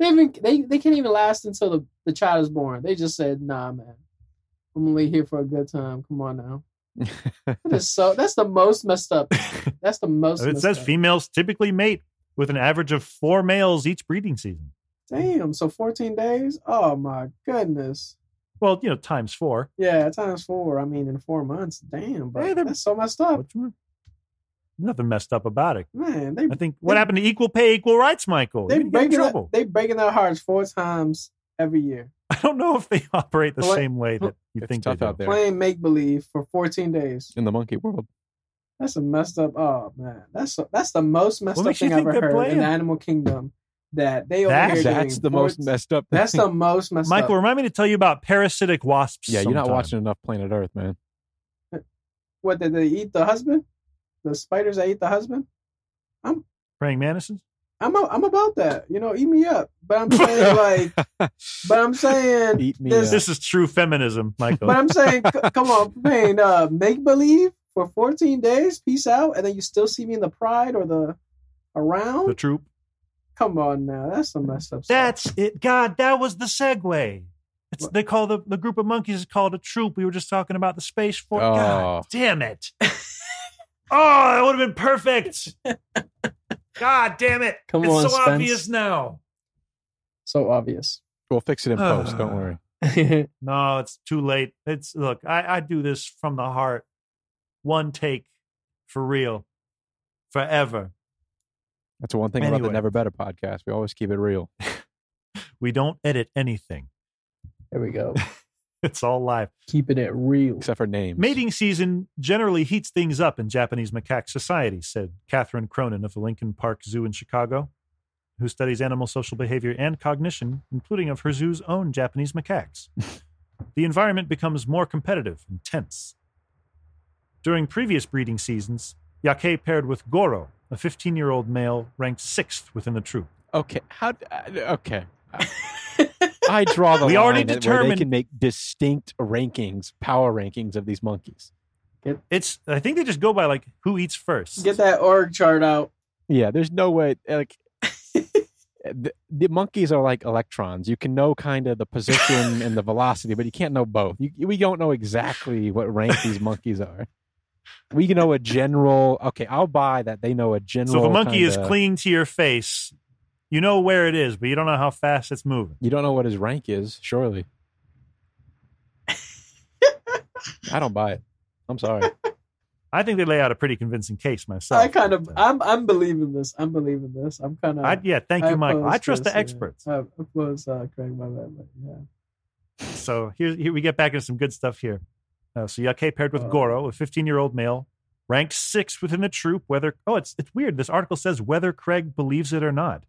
[SPEAKER 2] They even they they can't even last until the the child is born. They just said, nah, man. I'm only here for a good time. Come on now. That is so. That's the most
[SPEAKER 1] (laughs)
[SPEAKER 2] messed up. That's the most.
[SPEAKER 1] It
[SPEAKER 2] messed
[SPEAKER 1] says
[SPEAKER 2] up.
[SPEAKER 1] females typically mate with an average of four males each breeding season.
[SPEAKER 2] Damn. So 14 days. Oh my goodness.
[SPEAKER 1] Well, you know, times four.
[SPEAKER 2] Yeah, times four. I mean, in four months. Damn, bro.
[SPEAKER 1] Hey, they're-
[SPEAKER 2] that's so messed up.
[SPEAKER 1] What's- Nothing messed up about it.
[SPEAKER 2] Man, they
[SPEAKER 1] I think what happened to equal pay, equal rights, Michael?
[SPEAKER 2] they
[SPEAKER 1] You're gonna get in
[SPEAKER 2] breaking
[SPEAKER 1] trouble.
[SPEAKER 2] our, they breaking our hearts four times every year.
[SPEAKER 1] I don't know if they (laughs) operate the
[SPEAKER 2] Well,
[SPEAKER 1] same way that you
[SPEAKER 3] It's
[SPEAKER 1] think they
[SPEAKER 3] tough
[SPEAKER 1] do.
[SPEAKER 3] out there
[SPEAKER 2] Playing make believe for 14 days.
[SPEAKER 3] in the monkey world.
[SPEAKER 2] That's a messed up. Oh man, that's that's the most messed
[SPEAKER 1] What
[SPEAKER 2] up
[SPEAKER 1] makes you
[SPEAKER 2] thing I've
[SPEAKER 1] think
[SPEAKER 2] ever
[SPEAKER 1] they're
[SPEAKER 2] heard in
[SPEAKER 1] playing?
[SPEAKER 2] the animal kingdom. That they over
[SPEAKER 1] That's-
[SPEAKER 2] here
[SPEAKER 3] That's
[SPEAKER 2] doing
[SPEAKER 3] the most
[SPEAKER 2] 14
[SPEAKER 3] messed up.
[SPEAKER 2] That's
[SPEAKER 1] (laughs)
[SPEAKER 3] thing.
[SPEAKER 2] the most messed up.
[SPEAKER 1] Michael, remind me to tell you about parasitic wasps.
[SPEAKER 3] yeah. You're not
[SPEAKER 1] sometime.
[SPEAKER 3] watching enough Planet Earth, man.
[SPEAKER 2] What did they eat the husband? The spiders that eat the husband?
[SPEAKER 1] praying mantises.
[SPEAKER 2] I'm a, I'm about that. You know, eat me up. But I'm saying like,
[SPEAKER 1] (laughs)
[SPEAKER 2] but I'm saying,
[SPEAKER 3] Eat me.
[SPEAKER 2] This-
[SPEAKER 3] up.
[SPEAKER 1] This is true feminism, Michael.
[SPEAKER 2] but I'm saying, c-
[SPEAKER 1] (laughs)
[SPEAKER 2] come on, Payne, uh, make believe for 14 days. Peace out, and then you still see me in the pride or the around.
[SPEAKER 1] the troop.
[SPEAKER 2] come on now, that's some messed up. stuff.
[SPEAKER 1] That's it. God, that was the segue. It's, they call the, the group of monkeys is called a troop. We were just talking about the space force.
[SPEAKER 3] Oh.
[SPEAKER 1] God damn it. oh, that would have been
[SPEAKER 3] (laughs)
[SPEAKER 1] perfect. God damn it.
[SPEAKER 2] Come
[SPEAKER 1] it's
[SPEAKER 2] on,
[SPEAKER 1] so
[SPEAKER 2] Spence.
[SPEAKER 1] obvious now. (laughs)
[SPEAKER 2] so obvious.
[SPEAKER 3] We'll fix it in post. Don't
[SPEAKER 1] Ugh.
[SPEAKER 3] worry.
[SPEAKER 1] No, it's too late. It's look, I, I do this from the heart. One take for real. Forever.
[SPEAKER 3] That's the one thing about
[SPEAKER 1] Anyway.
[SPEAKER 3] the Never Better podcast. We always keep it real.
[SPEAKER 1] We don't edit anything. (laughs)
[SPEAKER 2] there we go.
[SPEAKER 1] It's all live.
[SPEAKER 2] Keeping it real.
[SPEAKER 3] except for names.
[SPEAKER 1] Mating season generally heats things up in Japanese macaque society, said Catherine Cronin of the Lincoln Park Zoo in Chicago, who studies animal social behavior and cognition, including of her zoo's own Japanese macaques. the environment becomes more competitive and tense. During previous breeding seasons, Yake paired with Goro, a 15 year old male ranked sixth within the troop.
[SPEAKER 3] Okay. How? uh,
[SPEAKER 2] (laughs)
[SPEAKER 3] Okay. I draw the
[SPEAKER 1] We
[SPEAKER 3] line
[SPEAKER 1] already
[SPEAKER 3] at where
[SPEAKER 1] determined-
[SPEAKER 3] they can make distinct rankings, power rankings of these monkeys.
[SPEAKER 1] It's, I think they just go by like who eats first.
[SPEAKER 2] Get that org chart out.
[SPEAKER 3] Yeah, there's no way. eh, Like the, the monkeys are like electrons. You can know kind of the position and the velocity, but you can't know both. You, we don't know exactly what rank these monkeys are. We can know a general. Okay, I'll buy that they know a general.
[SPEAKER 1] So if a monkey is
[SPEAKER 3] kinda-
[SPEAKER 1] clinging to your face, you know where it is, but you don't know how fast it's moving.
[SPEAKER 3] You don't know what his rank is, surely. I don't buy it. I'm sorry.
[SPEAKER 1] I think they lay out a pretty convincing case myself.
[SPEAKER 2] I kind of, I'm, I'm believing this. I'm believing this. I'm kind of.
[SPEAKER 1] I- yeah, thank you, Michael. I
[SPEAKER 2] oppose
[SPEAKER 1] trust
[SPEAKER 2] this,
[SPEAKER 1] the experts.
[SPEAKER 2] Yeah. I oppose uh, Craig, my bad. But yeah.
[SPEAKER 1] So here, here we get back into some good stuff here. Uh, so Yake paired with
[SPEAKER 2] Wow.
[SPEAKER 1] Goro, a 15 year old male, ranked sixth within the troop. Whether oh, it's it's weird. This article says whether Craig believes it or not.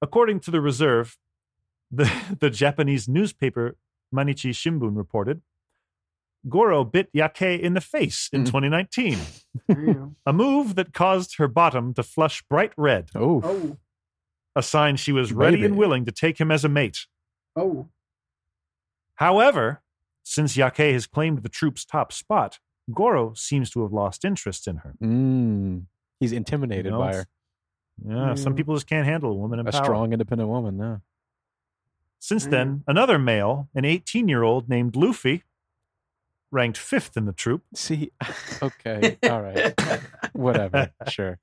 [SPEAKER 1] According to the reserve, the, (laughs) the Japanese newspaper Manichi Shimbun reported, Goro bit Yake in the face in
[SPEAKER 3] Mhm.
[SPEAKER 1] 2019,
[SPEAKER 2] Damn.
[SPEAKER 1] a move that caused her bottom to flush bright red.
[SPEAKER 3] Oh,
[SPEAKER 2] Oh,
[SPEAKER 1] a sign she was ready
[SPEAKER 3] Maybe.
[SPEAKER 1] and willing to take him as a mate.
[SPEAKER 2] Oh,
[SPEAKER 1] However, since Yake has claimed the troop's top spot, Goro seems to have lost interest in her.
[SPEAKER 3] Mm. He's intimidated
[SPEAKER 1] No,
[SPEAKER 3] by
[SPEAKER 1] it's
[SPEAKER 3] her.
[SPEAKER 1] Yeah, some
[SPEAKER 2] Yeah.
[SPEAKER 1] people just can't handle a woman in
[SPEAKER 3] A
[SPEAKER 1] power.
[SPEAKER 3] strong, independent woman. No.
[SPEAKER 1] Since then, another male, an 18 year old named Luffy, ranked fifth in the troop. (laughs)
[SPEAKER 3] See, okay, all right, whatever, sure.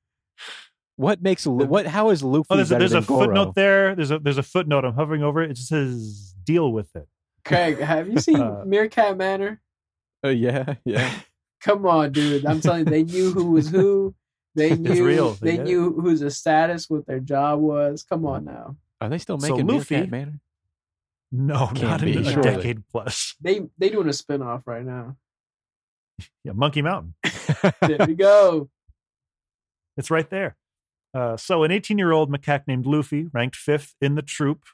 [SPEAKER 3] What makes Lu- what? How is Luffy
[SPEAKER 1] Oh, there's a,
[SPEAKER 3] better
[SPEAKER 1] there's
[SPEAKER 3] than
[SPEAKER 1] a
[SPEAKER 3] Goro?
[SPEAKER 1] footnote there. There's a there's a footnote. I'm hovering over it. It just says deal with it.
[SPEAKER 2] Craig, have you
[SPEAKER 1] (laughs)
[SPEAKER 2] seen
[SPEAKER 1] Uh,
[SPEAKER 2] Meerkat Manor?
[SPEAKER 3] Oh, yeah,
[SPEAKER 1] (laughs)
[SPEAKER 3] yeah.
[SPEAKER 2] Come on, dude. I'm telling you, they knew who was who. They
[SPEAKER 1] It's
[SPEAKER 2] knew
[SPEAKER 1] real. They
[SPEAKER 2] they
[SPEAKER 1] get it.
[SPEAKER 2] knew whose the status, what their job was. Come on now.
[SPEAKER 3] Are they still
[SPEAKER 1] So
[SPEAKER 3] making
[SPEAKER 1] Luffy-
[SPEAKER 3] Meerkat Manor?
[SPEAKER 1] No,
[SPEAKER 3] Can't
[SPEAKER 1] not
[SPEAKER 3] be,
[SPEAKER 1] in a
[SPEAKER 3] surely.
[SPEAKER 1] decade plus.
[SPEAKER 2] They they doing a spinoff right now.
[SPEAKER 1] Yeah, Monkey Mountain.
[SPEAKER 2] There we
[SPEAKER 3] (laughs)
[SPEAKER 2] go.
[SPEAKER 1] It's right there. Uh, so, an 18 year old macaque named Luffy, ranked fifth in the troop,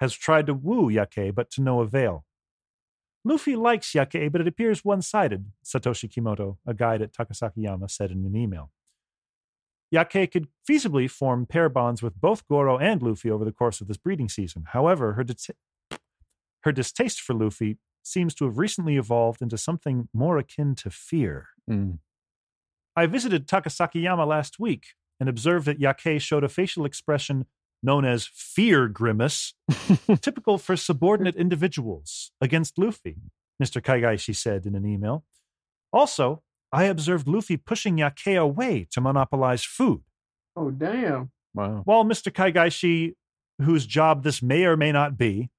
[SPEAKER 1] has tried to woo Yake, but to no avail. Luffy likes Yake, but it appears one sided, Satoshi Kimoto, a guide at Takasakiyama, said in an email. Yake could feasibly form pair bonds with both Goro and Luffy over the course of this breeding season. However, her, dis- her distaste for Luffy seems to have recently evolved into something more akin to fear.
[SPEAKER 3] Mm.
[SPEAKER 1] I visited Takasakiyama last week and observed that Yake showed a facial expression known as fear grimace, typical for subordinate individuals against Luffy, Mr. Kaigaishi said in an email. Also, I observed Luffy pushing Yake away to monopolize food,
[SPEAKER 2] Oh damn.
[SPEAKER 3] Wow.
[SPEAKER 1] while Mr. Kaigaishi, whose job this may or may not be,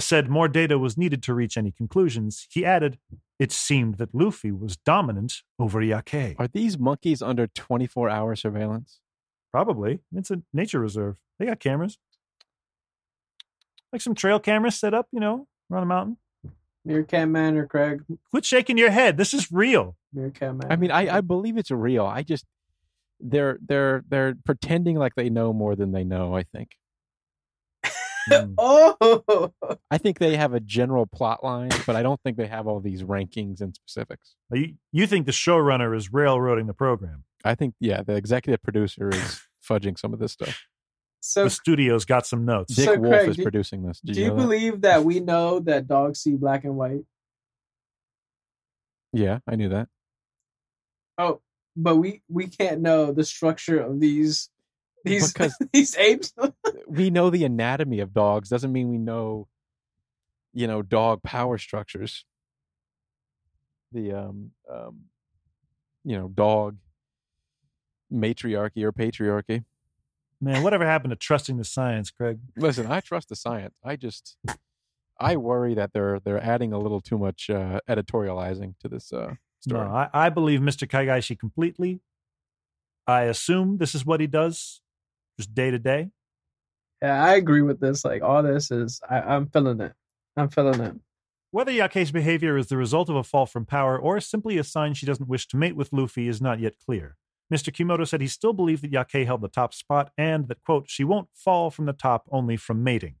[SPEAKER 1] said more data was needed to reach any conclusions. He added, it seemed that Luffy was dominant over Yake.
[SPEAKER 3] Are these monkeys under twenty four hour surveillance?
[SPEAKER 1] Probably. It's a nature reserve. They got cameras. Like some trail cameras set up, you know, around the mountain.
[SPEAKER 2] Meerkat Manor, Craig.
[SPEAKER 1] Quit shaking your head. This is
[SPEAKER 3] (laughs)
[SPEAKER 1] real.
[SPEAKER 2] Meerkat Manor.
[SPEAKER 3] I mean, I, I believe it's real. I just they're they're they're pretending like they know more than they know. I think.
[SPEAKER 1] Mm.
[SPEAKER 2] Oh (laughs)
[SPEAKER 3] I think they have a general plot line, but I don't think they have all these rankings and specifics.
[SPEAKER 1] you, you think the showrunner is railroading the program.
[SPEAKER 3] I think, yeah, the executive producer
[SPEAKER 1] (laughs)
[SPEAKER 3] is fudging some of this stuff.
[SPEAKER 2] so
[SPEAKER 1] the studio's got some notes.
[SPEAKER 3] Dick
[SPEAKER 2] So,
[SPEAKER 3] Wolf
[SPEAKER 2] Craig,
[SPEAKER 3] is
[SPEAKER 2] do-
[SPEAKER 3] producing this. Do you,
[SPEAKER 2] do you
[SPEAKER 3] know that?
[SPEAKER 2] believe that we know that dogs see black and white?
[SPEAKER 3] Yeah, I knew that.
[SPEAKER 2] Oh, but we we can't know the structure of these these
[SPEAKER 3] Because-
[SPEAKER 2] (laughs) these apes.
[SPEAKER 3] We know the anatomy of dogs doesn't mean we know, you know, dog power structures. The um, um you know, dog matriarchy or patriarchy.
[SPEAKER 1] Man, whatever happened to trusting the science, Craig?
[SPEAKER 3] Listen, I trust the science. I just I worry that they're they're adding a little too much uh editorializing to this uh
[SPEAKER 1] No,
[SPEAKER 3] story.
[SPEAKER 1] I, I believe Mr. Kaigaishi completely. I assume this is what he does, just day to day.
[SPEAKER 2] yeah, I agree with this. Like all this is, I, I'm feeling it. I'm feeling it.
[SPEAKER 1] Whether Yake's behavior is the result of a fall from power or simply a sign she doesn't wish to mate with Luffy is not yet clear. Mr. Kimoto said he still believed that Yake held the top spot and that, quote, she won't fall from the top only from mating.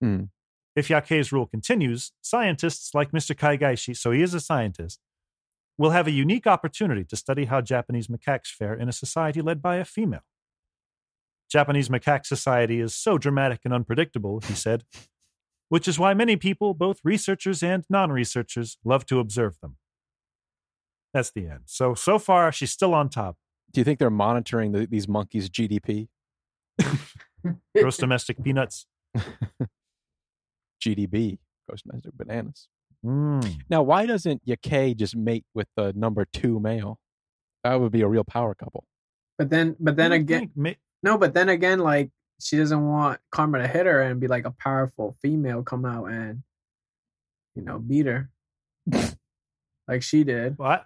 [SPEAKER 3] Hmm.
[SPEAKER 1] If Yake's rule continues, scientists like Mr. Kaigaishi, so he is a scientist, will have a unique opportunity to study how Japanese macaques fare in a society led by a female. Japanese macaque society is so dramatic and unpredictable, he said, which is why many people, both researchers and non researchers, love to observe them. That's the end. So, so far, she's still on
[SPEAKER 2] (laughs)
[SPEAKER 1] top.
[SPEAKER 3] Do you think they're monitoring the, these monkeys' GDP?
[SPEAKER 1] Gross domestic peanuts.
[SPEAKER 3] GDB, gross domestic bananas.
[SPEAKER 1] Mm.
[SPEAKER 3] Now, why doesn't Yake just mate with the number two male? That would be a real power couple.
[SPEAKER 2] But then, but then
[SPEAKER 1] You
[SPEAKER 2] again,
[SPEAKER 1] think ma-
[SPEAKER 2] no. But then again, like she doesn't want Karma to hit her and be like a powerful female come out and you know beat her like
[SPEAKER 1] (laughs)
[SPEAKER 2] she did.
[SPEAKER 1] Well,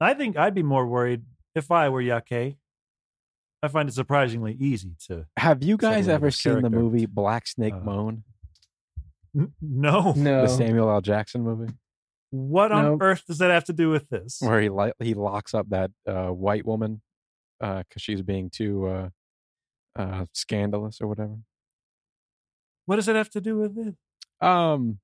[SPEAKER 1] I, I think I'd be more worried if I were Yake. I find it surprisingly easy to.
[SPEAKER 3] Have you guys
[SPEAKER 1] Suddenly
[SPEAKER 3] ever
[SPEAKER 1] the
[SPEAKER 3] seen the
[SPEAKER 1] character.
[SPEAKER 3] movie Black Snake
[SPEAKER 1] Uh,
[SPEAKER 3] Moan,
[SPEAKER 1] N- no.
[SPEAKER 2] No,
[SPEAKER 3] the Samuel L. Jackson movie,
[SPEAKER 1] What on
[SPEAKER 2] No.
[SPEAKER 1] earth does that have to do with this?
[SPEAKER 3] where he li- he locks up that uh, white woman because she's being too uh, uh, scandalous or whatever?
[SPEAKER 1] What does it have to do with it?
[SPEAKER 3] Um,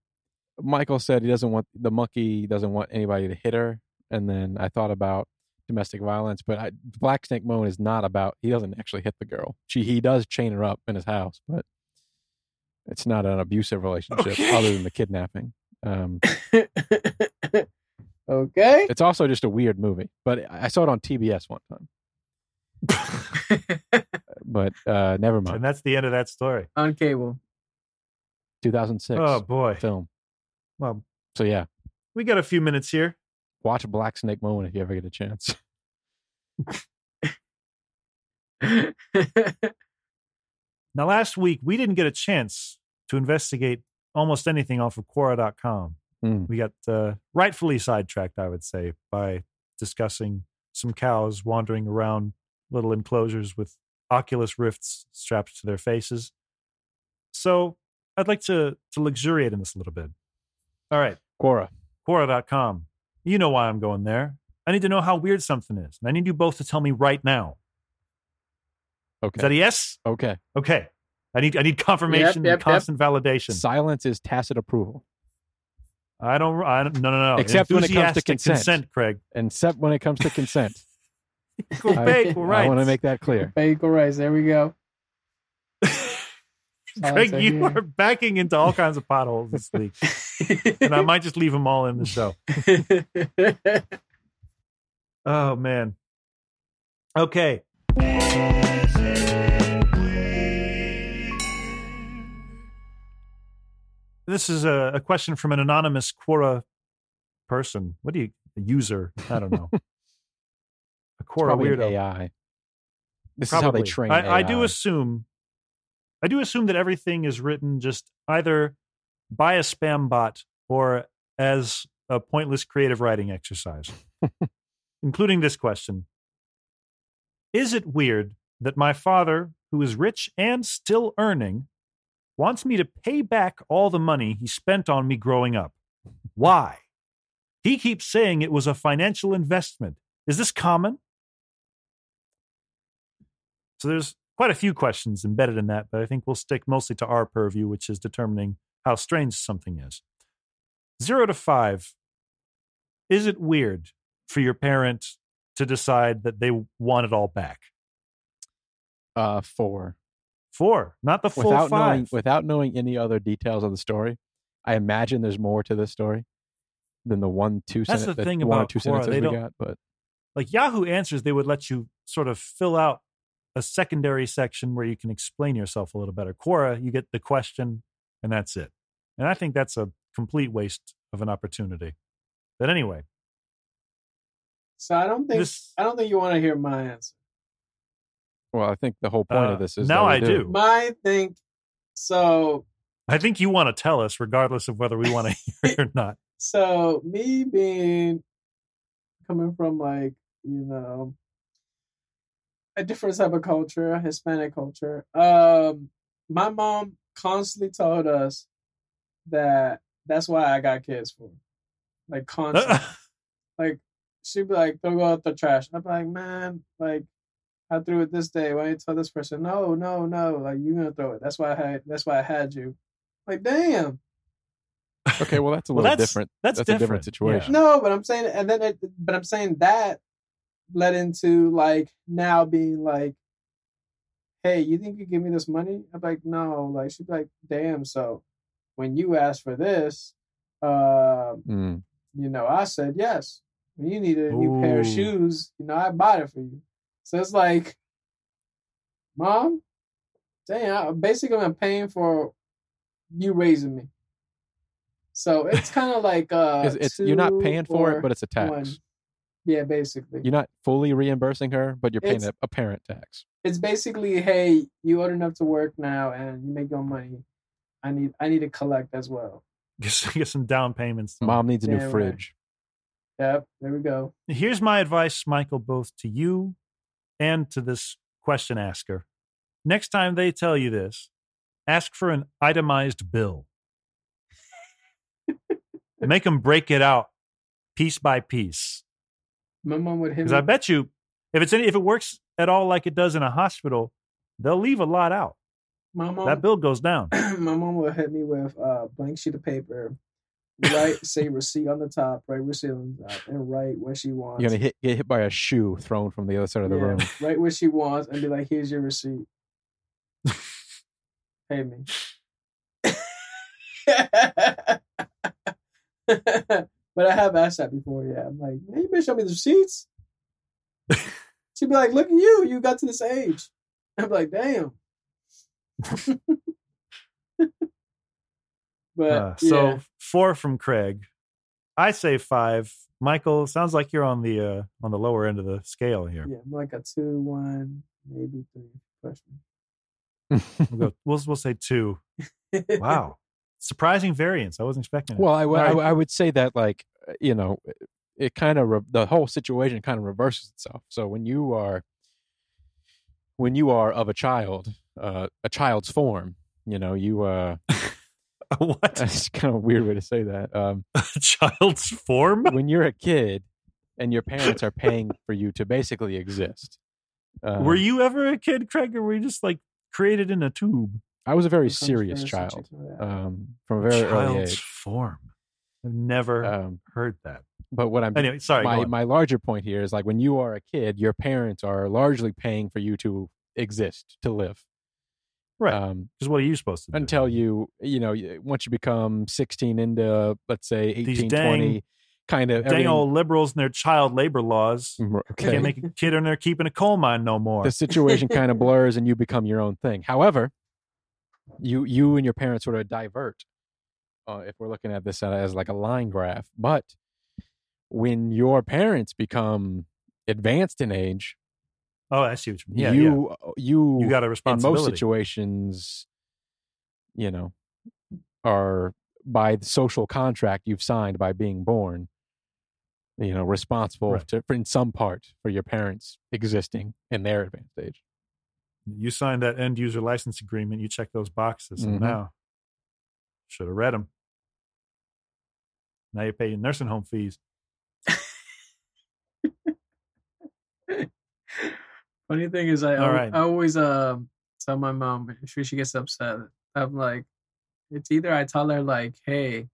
[SPEAKER 3] Michael said he doesn't want the monkey doesn't want anybody to hit her, and then I thought about domestic violence, but I, Black Snake Moan is not about. He doesn't actually hit the girl. She he does chain her up in his house, but it's not an abusive relationship
[SPEAKER 2] Okay.
[SPEAKER 3] other than the kidnapping. Um,
[SPEAKER 2] (laughs)
[SPEAKER 1] (laughs)
[SPEAKER 2] okay.
[SPEAKER 3] it's also just a weird movie, but I I saw it on TBS one time. But uh, never
[SPEAKER 1] And
[SPEAKER 3] mind.
[SPEAKER 1] that's the end of that story.
[SPEAKER 2] On cable. (laughs)
[SPEAKER 3] 2006
[SPEAKER 1] Oh boy.
[SPEAKER 3] film.
[SPEAKER 1] Well,
[SPEAKER 3] So yeah,
[SPEAKER 1] we got a few minutes here.
[SPEAKER 3] watch Black Snake Moan if you ever get a chance.
[SPEAKER 1] Now, last week we didn't get a chance to investigate almost anything off of Quora.com.
[SPEAKER 3] Mm.
[SPEAKER 1] We got uh, rightfully sidetracked, I would say, by discussing some cows wandering around little enclosures with Oculus Rifts strapped to their faces. So, I'd like to to luxuriate in this a little bit. All right.
[SPEAKER 3] Quora.
[SPEAKER 1] Quora.com. You know why I'm going there. I need to know how weird something is. And I need you both to tell me right now.
[SPEAKER 3] Okay.
[SPEAKER 1] Is that e a yes?
[SPEAKER 3] okay.
[SPEAKER 1] Okay. I need I need confirmation
[SPEAKER 2] yep,
[SPEAKER 1] and
[SPEAKER 2] yep.
[SPEAKER 1] constant validation.
[SPEAKER 3] Silence is tacit approval,
[SPEAKER 1] I don't I don't no no no.
[SPEAKER 3] Except when it comes to
[SPEAKER 1] Enthusiastic
[SPEAKER 2] (laughs)
[SPEAKER 3] consent.
[SPEAKER 1] Craig.
[SPEAKER 3] except when it comes
[SPEAKER 1] (laughs)
[SPEAKER 3] to consent.
[SPEAKER 1] Go
[SPEAKER 3] (laughs) I-
[SPEAKER 1] big, go
[SPEAKER 3] I
[SPEAKER 1] right.
[SPEAKER 3] want to make that clear.
[SPEAKER 2] Bagel rice. There we
[SPEAKER 1] (laughs)
[SPEAKER 2] go.
[SPEAKER 1] Craig,
[SPEAKER 2] Silence right
[SPEAKER 1] you
[SPEAKER 2] here.
[SPEAKER 1] are backing into all kinds of potholes this
[SPEAKER 2] (laughs)
[SPEAKER 1] week. (laughs) and I might just leave them all in the show. Oh man. Okay. This is a, a question from an anonymous Quora person. What do you a user? I don't
[SPEAKER 3] (laughs)
[SPEAKER 1] know. a Quora
[SPEAKER 3] Probably an
[SPEAKER 1] weirdo.
[SPEAKER 3] AI. This is how they
[SPEAKER 1] Probably.
[SPEAKER 3] train.
[SPEAKER 1] I, I do
[SPEAKER 3] AI.
[SPEAKER 1] assume. I do assume that everything is written just either by a spam bot or as a pointless creative writing
[SPEAKER 3] (laughs)
[SPEAKER 1] exercise, including this question: Is it weird that my father, who is rich and still earning, wants me to pay back all the money he spent on me growing up? Why? He keeps saying it was a financial investment. Is this common? So there's quite a few questions embedded in that, but I think we'll stick mostly to our purview, which is determining how strange something is. Zero to five. Is it weird for your parent to decide that they want it all back?
[SPEAKER 3] uh, four.
[SPEAKER 1] Four, not the full
[SPEAKER 3] without
[SPEAKER 1] five.
[SPEAKER 3] knowing without knowing any other details of the story, I imagine there's more to this story than the one two
[SPEAKER 1] That's
[SPEAKER 3] sentence
[SPEAKER 1] the
[SPEAKER 3] that
[SPEAKER 1] thing
[SPEAKER 3] one or
[SPEAKER 1] about
[SPEAKER 3] two
[SPEAKER 1] Quora,
[SPEAKER 3] sentences
[SPEAKER 1] they
[SPEAKER 3] we
[SPEAKER 1] don't-
[SPEAKER 3] got. But
[SPEAKER 1] like Yahoo Answers, they would let you sort of fill out a secondary section where you can explain yourself a little better. Quora, you get the question and that's it. And I think that's a complete waste of an opportunity. But anyway,
[SPEAKER 2] (laughs) so I don't think
[SPEAKER 1] this
[SPEAKER 2] I don't think you want to hear my answer.
[SPEAKER 3] well, I think the whole point
[SPEAKER 1] Uh,
[SPEAKER 3] of this is
[SPEAKER 1] now
[SPEAKER 3] that we
[SPEAKER 1] I do.
[SPEAKER 2] My think so
[SPEAKER 1] I think you want to tell us, regardless of whether we
[SPEAKER 3] (laughs)
[SPEAKER 1] want to hear it or not.
[SPEAKER 2] so me being coming from like you know a different type of culture a hispanic culture um my mom constantly told us that that's why i got kids for like
[SPEAKER 1] (laughs)
[SPEAKER 2] constantly like she'd be like don't go out the trash i'd be like man like i threw it this day why don't you tell this person no no no like you're gonna throw it that's why i had that's why i had you like damn
[SPEAKER 3] Okay, well that's a
[SPEAKER 1] Well,
[SPEAKER 3] little
[SPEAKER 1] that's-
[SPEAKER 3] different.
[SPEAKER 1] That's,
[SPEAKER 3] That's a different situation.
[SPEAKER 2] No, but I'm saying, and then, it, but I'm saying that led into like now being like, "Hey, you think you give me this money?" I'm like, "No." Like she's like, "Damn." So when you asked for this, um,
[SPEAKER 3] Mm.
[SPEAKER 2] you know, I said yes. When you need a new pair of
[SPEAKER 1] Ooh.
[SPEAKER 2] shoes, you know, I bought it for you. So it's like, mom, damn, I- basically I'm paying for you raising me. So it's kind of like uh,
[SPEAKER 3] It's- it's- you're not
[SPEAKER 2] two
[SPEAKER 3] paying for
[SPEAKER 2] or
[SPEAKER 3] it, but it's a tax.
[SPEAKER 2] one. Yeah, basically,
[SPEAKER 3] You're not fully reimbursing her, but you're paying
[SPEAKER 2] It's-
[SPEAKER 3] a, a parent tax.
[SPEAKER 2] it's basically, hey, you old enough to work now, and you make your money. I need, I need to collect as well.
[SPEAKER 1] (laughs) Get, get some down payments.
[SPEAKER 3] Mom needs a
[SPEAKER 2] Yeah,
[SPEAKER 3] new
[SPEAKER 2] right.
[SPEAKER 3] fridge.
[SPEAKER 2] Yep, there we go.
[SPEAKER 1] Here's my advice, Michael, both to you and to this question asker. Next time they tell you this, ask for an itemized
[SPEAKER 3] (laughs)
[SPEAKER 1] bill. Make them break it out piece by piece.
[SPEAKER 2] My mom would hit
[SPEAKER 1] Because
[SPEAKER 2] me.
[SPEAKER 1] I
[SPEAKER 3] Mm-hmm.
[SPEAKER 1] bet you, if it's any, if it works at all like it does in a hospital, they'll leave a lot out.
[SPEAKER 2] my mom (clears throat)
[SPEAKER 1] That bill goes down.
[SPEAKER 2] uh, my mom will hit me with a blank sheet of paper right, say receipt on the top, right receipt on the top, and right where she wants.
[SPEAKER 3] You're gonna hit get hit by a shoe thrown from the other side of the
[SPEAKER 2] Yeah,
[SPEAKER 3] room.
[SPEAKER 2] (laughs) Right where she wants, and be like, "Here's your
[SPEAKER 3] (laughs)
[SPEAKER 2] receipt. Pay me." (laughs) but I have asked that before. Yeah, I'm like, "Hey, you been show me the
[SPEAKER 3] (laughs)
[SPEAKER 2] receipts." She'd be like, "Look at you! You got to this age." I'm like, "Damn." (laughs) but
[SPEAKER 1] Uh, so
[SPEAKER 3] (laughs)
[SPEAKER 2] yeah.
[SPEAKER 1] four from Craig. I say five. Michael, sounds like you're on the uh, on the lower end of the scale here.
[SPEAKER 2] Yeah, more like a two, one, maybe three question.
[SPEAKER 3] (laughs)
[SPEAKER 1] We'll, go, we'll we'll say two.
[SPEAKER 2] (laughs)
[SPEAKER 1] Wow, surprising variance. I wasn't expecting. it.
[SPEAKER 3] Well, I, w- I
[SPEAKER 1] All
[SPEAKER 3] w- I would say that like uh, you know, it- it kind of re- the whole situation kind of reverses itself. So when you are when you are of a child, uh, a child's form, you know, you uh,
[SPEAKER 1] (laughs)
[SPEAKER 3] (laughs)
[SPEAKER 1] what
[SPEAKER 3] that's kind of a weird way to say that. Um,
[SPEAKER 1] child's form?
[SPEAKER 3] when you're a kid and your parents are paying for you to basically exist. Um,
[SPEAKER 1] were you ever a kid, Craig, or were you just like created in a tube?
[SPEAKER 3] I was a very
[SPEAKER 2] Sometimes
[SPEAKER 3] serious
[SPEAKER 2] parents are
[SPEAKER 3] child
[SPEAKER 2] cheating on that.
[SPEAKER 3] um, from a very early
[SPEAKER 1] child's
[SPEAKER 3] age.
[SPEAKER 1] form. I've never
[SPEAKER 3] Um,
[SPEAKER 1] heard that.
[SPEAKER 3] but what I'm
[SPEAKER 1] Anyway, sorry. go
[SPEAKER 3] my,
[SPEAKER 1] on.
[SPEAKER 3] my larger point here is like when you are a kid, your parents are largely paying for you to exist, to live.
[SPEAKER 1] Right.
[SPEAKER 3] Um,
[SPEAKER 1] 'Cause what are you supposed to do?
[SPEAKER 3] until you, you know, you- once you become 16 into, let's say, 18,
[SPEAKER 1] dang-
[SPEAKER 3] 20, kind of.
[SPEAKER 1] dang
[SPEAKER 3] everything-
[SPEAKER 1] old liberals and their child labor laws.
[SPEAKER 3] Mm,
[SPEAKER 1] They
[SPEAKER 3] Okay.
[SPEAKER 1] Can't make a kid in there keeping a coal mine no more.
[SPEAKER 3] the
[SPEAKER 1] (laughs)
[SPEAKER 3] situation kind of blurs and you become your own thing. However, you you and your parents sort of divert uh, if we're looking at this as like a line graph. But when your parents become advanced in age,
[SPEAKER 1] oh, I see what you mean. Yeah, yeah.
[SPEAKER 3] you uh, you
[SPEAKER 1] you got a
[SPEAKER 3] in most
[SPEAKER 1] responsibility.
[SPEAKER 3] situations, you know, are by the social contract you've signed by being born, you know, responsible
[SPEAKER 1] Right.
[SPEAKER 3] to, in some part for your parents existing in their advanced age.
[SPEAKER 1] you signed that end user license agreement. You check those boxes,
[SPEAKER 3] Mhm.
[SPEAKER 1] and now should have read them. Now you're paying nursing home fees.
[SPEAKER 2] Funny thing is, I,
[SPEAKER 1] All
[SPEAKER 2] al-
[SPEAKER 1] right.
[SPEAKER 2] I always um tell my mom, but she, she gets upset. I'm like, it's either I tell her like, "Hey,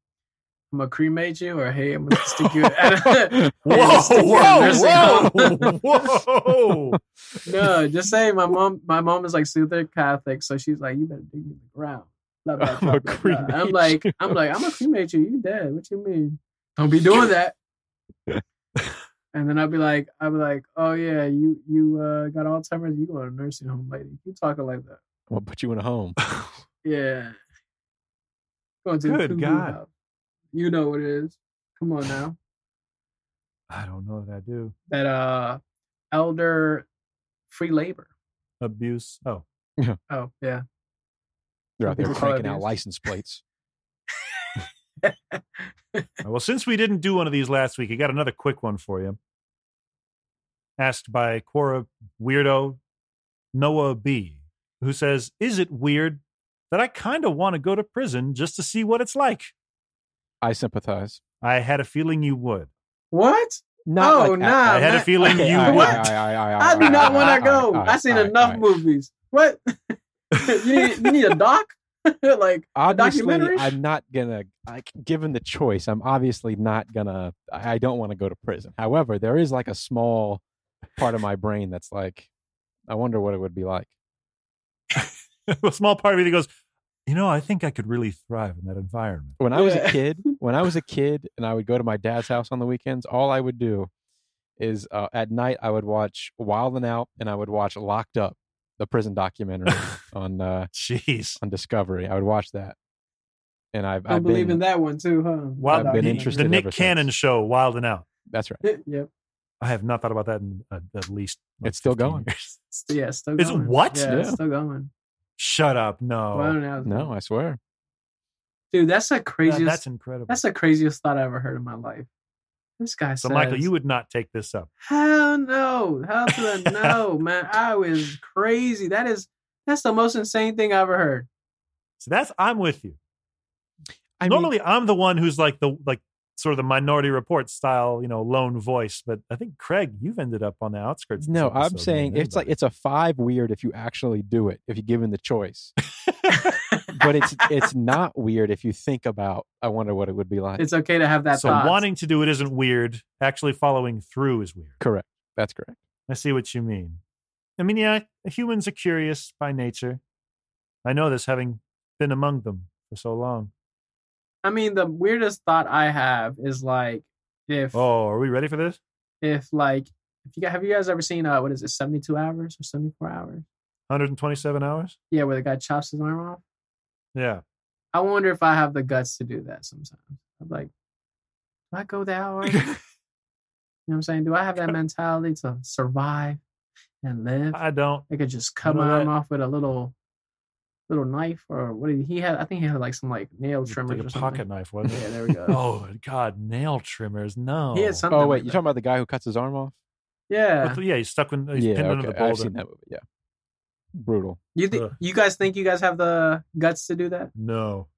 [SPEAKER 2] I'm gonna cremate you," or "Hey, I'm gonna stick
[SPEAKER 1] (laughs)
[SPEAKER 2] you."
[SPEAKER 3] (laughs)
[SPEAKER 2] (laughs)
[SPEAKER 1] (laughs) Whoa,
[SPEAKER 2] Stick you in a nursing (laughs)
[SPEAKER 1] whoa, (laughs) whoa, whoa!
[SPEAKER 2] no, just say my mom. My mom is like super Catholic, so she's like, "You better dig me in the ground." Blah, blah,
[SPEAKER 3] I'm
[SPEAKER 2] blah,
[SPEAKER 3] gonna
[SPEAKER 2] blah, blah. I'm
[SPEAKER 3] cremate
[SPEAKER 2] like,
[SPEAKER 3] you.
[SPEAKER 2] I'm like, I'm gonna cremate you. You dead? What you mean? Don't be doing
[SPEAKER 3] (laughs)
[SPEAKER 2] that. and then I'll be like, I'll be like, oh yeah, you you uh, got Alzheimer's. You going to a nursing home, lady? You talking like that?
[SPEAKER 3] I'm gonna put you in a home.
[SPEAKER 2] Yeah. Going to the
[SPEAKER 1] Good
[SPEAKER 2] cuckoo
[SPEAKER 1] God.
[SPEAKER 2] house. You know what it is. Come on now.
[SPEAKER 1] I don't know that I do
[SPEAKER 2] That uh, elder free labor.
[SPEAKER 1] abuse. Oh,
[SPEAKER 2] Oh yeah.
[SPEAKER 3] They're out there
[SPEAKER 2] People call it
[SPEAKER 3] cranking out
[SPEAKER 2] abuse.
[SPEAKER 3] license plates.
[SPEAKER 1] well, since we didn't do one of these last week, I got another quick one for you. Asked by Quora weirdo Noah B, who says, "Is it weird that I kind of want to go to prison just to see what it's like?"
[SPEAKER 3] I sympathize.
[SPEAKER 1] I had a feeling you would.
[SPEAKER 2] What?
[SPEAKER 3] Not
[SPEAKER 2] oh
[SPEAKER 3] like-
[SPEAKER 2] nah.
[SPEAKER 1] I had a (laughs)
[SPEAKER 2] man.
[SPEAKER 1] feeling
[SPEAKER 3] Okay,
[SPEAKER 1] you
[SPEAKER 3] all right,
[SPEAKER 1] would.
[SPEAKER 2] What?
[SPEAKER 3] all right, all right, all right,
[SPEAKER 2] I do
[SPEAKER 3] all
[SPEAKER 2] not
[SPEAKER 3] right,
[SPEAKER 2] want
[SPEAKER 3] (laughs)
[SPEAKER 2] to
[SPEAKER 3] all right, all
[SPEAKER 2] go.
[SPEAKER 3] right,
[SPEAKER 2] I've seen
[SPEAKER 3] all right,
[SPEAKER 2] enough
[SPEAKER 3] all right.
[SPEAKER 2] movies. What? (laughs) you need you
[SPEAKER 3] (laughs)
[SPEAKER 2] need a doc? (laughs) like
[SPEAKER 3] Obviously,
[SPEAKER 2] documentary?
[SPEAKER 3] I'm not gonna. Like, given the choice, I'm obviously not gonna. I I don't want to go to prison. However, there is like a small part of my brain that's like, I wonder what it would be like.
[SPEAKER 1] (laughs) a small part of me that goes, you know, I think I could really thrive in that environment.
[SPEAKER 3] When I was a
[SPEAKER 2] Yeah. (laughs)
[SPEAKER 3] kid, when I was a kid, and I would go to my dad's house on the weekends, all I would do is uh, at night I would watch Wild and Out, and I would watch Locked Up, the
[SPEAKER 2] (laughs)
[SPEAKER 3] prison documentary on uh,
[SPEAKER 1] Jeez.
[SPEAKER 3] on Discovery. I would watch that, and I've,
[SPEAKER 2] I
[SPEAKER 3] I've
[SPEAKER 2] believe
[SPEAKER 3] been,
[SPEAKER 2] in that one too, huh?
[SPEAKER 1] Wild,
[SPEAKER 3] I've been
[SPEAKER 1] the,
[SPEAKER 3] interested
[SPEAKER 1] The Nick
[SPEAKER 3] ever
[SPEAKER 1] Cannon
[SPEAKER 3] since.
[SPEAKER 1] show, Wild and Out.
[SPEAKER 3] That's right.
[SPEAKER 2] (laughs) yep.
[SPEAKER 1] I have not thought about that in uh, at least. like,
[SPEAKER 3] It's still
[SPEAKER 1] 15
[SPEAKER 3] going.
[SPEAKER 1] years. (laughs)
[SPEAKER 2] St- Yeah, it's still
[SPEAKER 1] Is it
[SPEAKER 2] going.
[SPEAKER 1] what?
[SPEAKER 2] Yeah, it's
[SPEAKER 3] Yeah. Oh,
[SPEAKER 2] still going.
[SPEAKER 1] Shut up. No.
[SPEAKER 2] Well, I don't know.
[SPEAKER 3] No, I swear.
[SPEAKER 2] Dude, that's the
[SPEAKER 1] That-
[SPEAKER 2] craziest
[SPEAKER 1] that's incredible.
[SPEAKER 2] That's the craziest thought I ever heard in my life. This guy
[SPEAKER 1] so,
[SPEAKER 2] says,
[SPEAKER 1] Michael, you would not take this up.
[SPEAKER 2] hell no, hell to
[SPEAKER 1] (laughs)
[SPEAKER 2] the no, man. I was crazy. That is that's the most insane thing I ever heard.
[SPEAKER 1] So that's I'm with you.
[SPEAKER 3] I mean,
[SPEAKER 1] Normally, I'm the one who's like the like sort of the Minority Report style, you know, lone voice. But I think Craig, you've ended up on the outskirts.
[SPEAKER 3] No, I'm saying it's like it's a five weird if you actually do it, if you're given the choice. but it's it's not weird if you think about. I wonder what it would be like.
[SPEAKER 2] It's okay to have that
[SPEAKER 1] so
[SPEAKER 2] thought.
[SPEAKER 1] wanting to do it isn't weird. Actually following through is weird.
[SPEAKER 3] correct. That's correct.
[SPEAKER 1] I see what you mean. I mean, yeah, humans are curious by nature. I know this having been among them for so long.
[SPEAKER 2] I mean, the weirdest thought I have is like if
[SPEAKER 1] Oh, are we ready for this?
[SPEAKER 2] if like if you guys, have you guys ever seen uh what is it seventy two hours or seventy four hours?
[SPEAKER 1] 127 hours?
[SPEAKER 2] Yeah, where the guy chops his arm off.
[SPEAKER 1] Yeah.
[SPEAKER 2] I wonder if I have the guts to do that sometimes. I'm like, do I go
[SPEAKER 1] (laughs)
[SPEAKER 2] that hard? you know what I'm saying? Do I have that mentality to survive and live?
[SPEAKER 1] I don't.
[SPEAKER 2] I could just cut
[SPEAKER 1] know
[SPEAKER 2] my arm
[SPEAKER 1] that-
[SPEAKER 2] off with a little little knife or what did he had? I think he had like some like nail
[SPEAKER 1] It's like
[SPEAKER 2] trimmers
[SPEAKER 1] a pocket
[SPEAKER 2] or something.
[SPEAKER 1] knife, wasn't
[SPEAKER 2] (laughs) Yeah,
[SPEAKER 1] it?
[SPEAKER 2] there we go.
[SPEAKER 1] (laughs) oh, God, nail trimmers. No.
[SPEAKER 2] He had something.
[SPEAKER 3] Oh wait,
[SPEAKER 2] like
[SPEAKER 3] you're
[SPEAKER 2] that.
[SPEAKER 3] talking about the guy who cuts his arm off?
[SPEAKER 2] Yeah.
[SPEAKER 1] With the- yeah, he's stuck in, Oh, he's
[SPEAKER 3] yeah,
[SPEAKER 1] pinned under
[SPEAKER 3] okay,
[SPEAKER 1] the
[SPEAKER 3] I've
[SPEAKER 1] boulder.
[SPEAKER 3] seen that movie. Yeah, brutal.
[SPEAKER 2] You thi-
[SPEAKER 1] Ugh.
[SPEAKER 2] you guys think you guys have the guts to do that
[SPEAKER 1] No,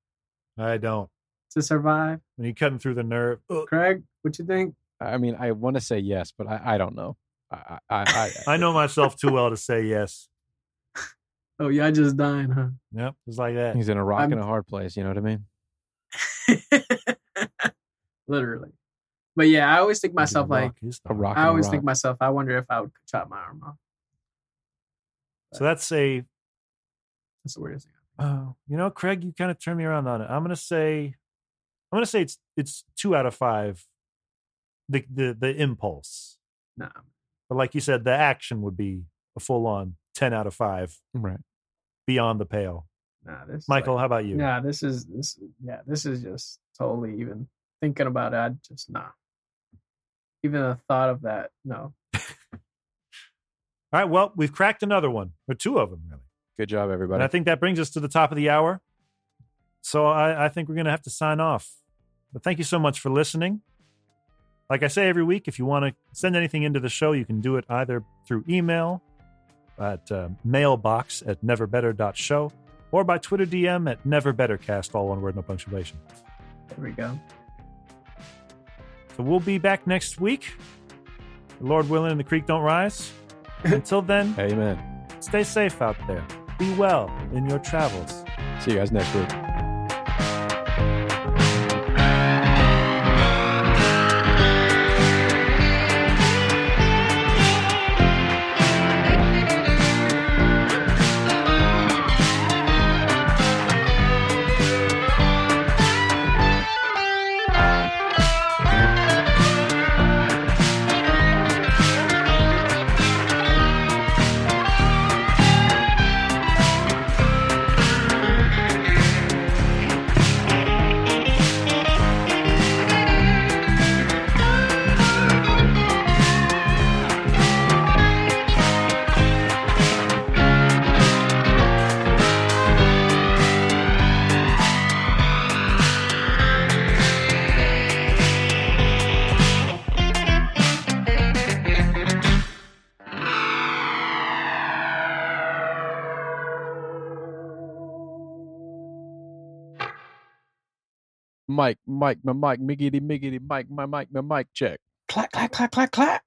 [SPEAKER 1] I don't.
[SPEAKER 2] to survive?
[SPEAKER 1] When you're cutting through the nerve, ugh.
[SPEAKER 2] Craig, what you think?
[SPEAKER 3] I mean, I want to say yes, but I, I don't know. I I, I,
[SPEAKER 1] (laughs) I know myself too well to say yes.
[SPEAKER 2] Oh, y'all just dying, huh? (laughs)
[SPEAKER 1] Yep, it's like that.
[SPEAKER 3] he's in a rock
[SPEAKER 2] I'm-
[SPEAKER 3] and a hard place. You know what I mean?
[SPEAKER 2] Literally. But yeah, I always think myself like
[SPEAKER 3] A rock.
[SPEAKER 2] I
[SPEAKER 3] and a
[SPEAKER 2] always think
[SPEAKER 3] rock.
[SPEAKER 2] myself, I wonder if I would chop my arm off.
[SPEAKER 1] So that's a,
[SPEAKER 2] That's the weirdest thing.
[SPEAKER 1] oh, you know, Craig, you kind of turned me around on it. I'm gonna say, I'm gonna say it's it's two out of five. The the the impulse,
[SPEAKER 2] Nah.
[SPEAKER 1] but like you said, the action would be a full on ten out of five,
[SPEAKER 3] Right.
[SPEAKER 1] beyond the pale.
[SPEAKER 2] Nah, this is
[SPEAKER 1] Michael, how about
[SPEAKER 2] like-
[SPEAKER 1] you?
[SPEAKER 2] Nah, this is this yeah, this is just totally even thinking about it, I just nah. Even the thought of that, no.
[SPEAKER 1] All right, well, we've cracked another one or two of them really.
[SPEAKER 3] Good job, everybody.
[SPEAKER 1] And I think that brings us to the top of the hour. So I, I think we're going to have to sign off. But thank you so much for listening. Like I say every week, if you want to send anything into the show, you can do it either through email at uh, mailbox at neverbetter.show or by Twitter DM at neverbettercast, all one word, no punctuation.
[SPEAKER 2] There we go.
[SPEAKER 1] So we'll be back next week. Lord willing, and the creek don't rise. Until then,
[SPEAKER 3] Amen.
[SPEAKER 1] stay safe out there. Be well in your travels.
[SPEAKER 3] See you guys next week. Mike, Mike, my Mike, miggity, miggity, Mike, my Mike, my Mike, check.
[SPEAKER 2] Clack, clack, clack, clack, clack.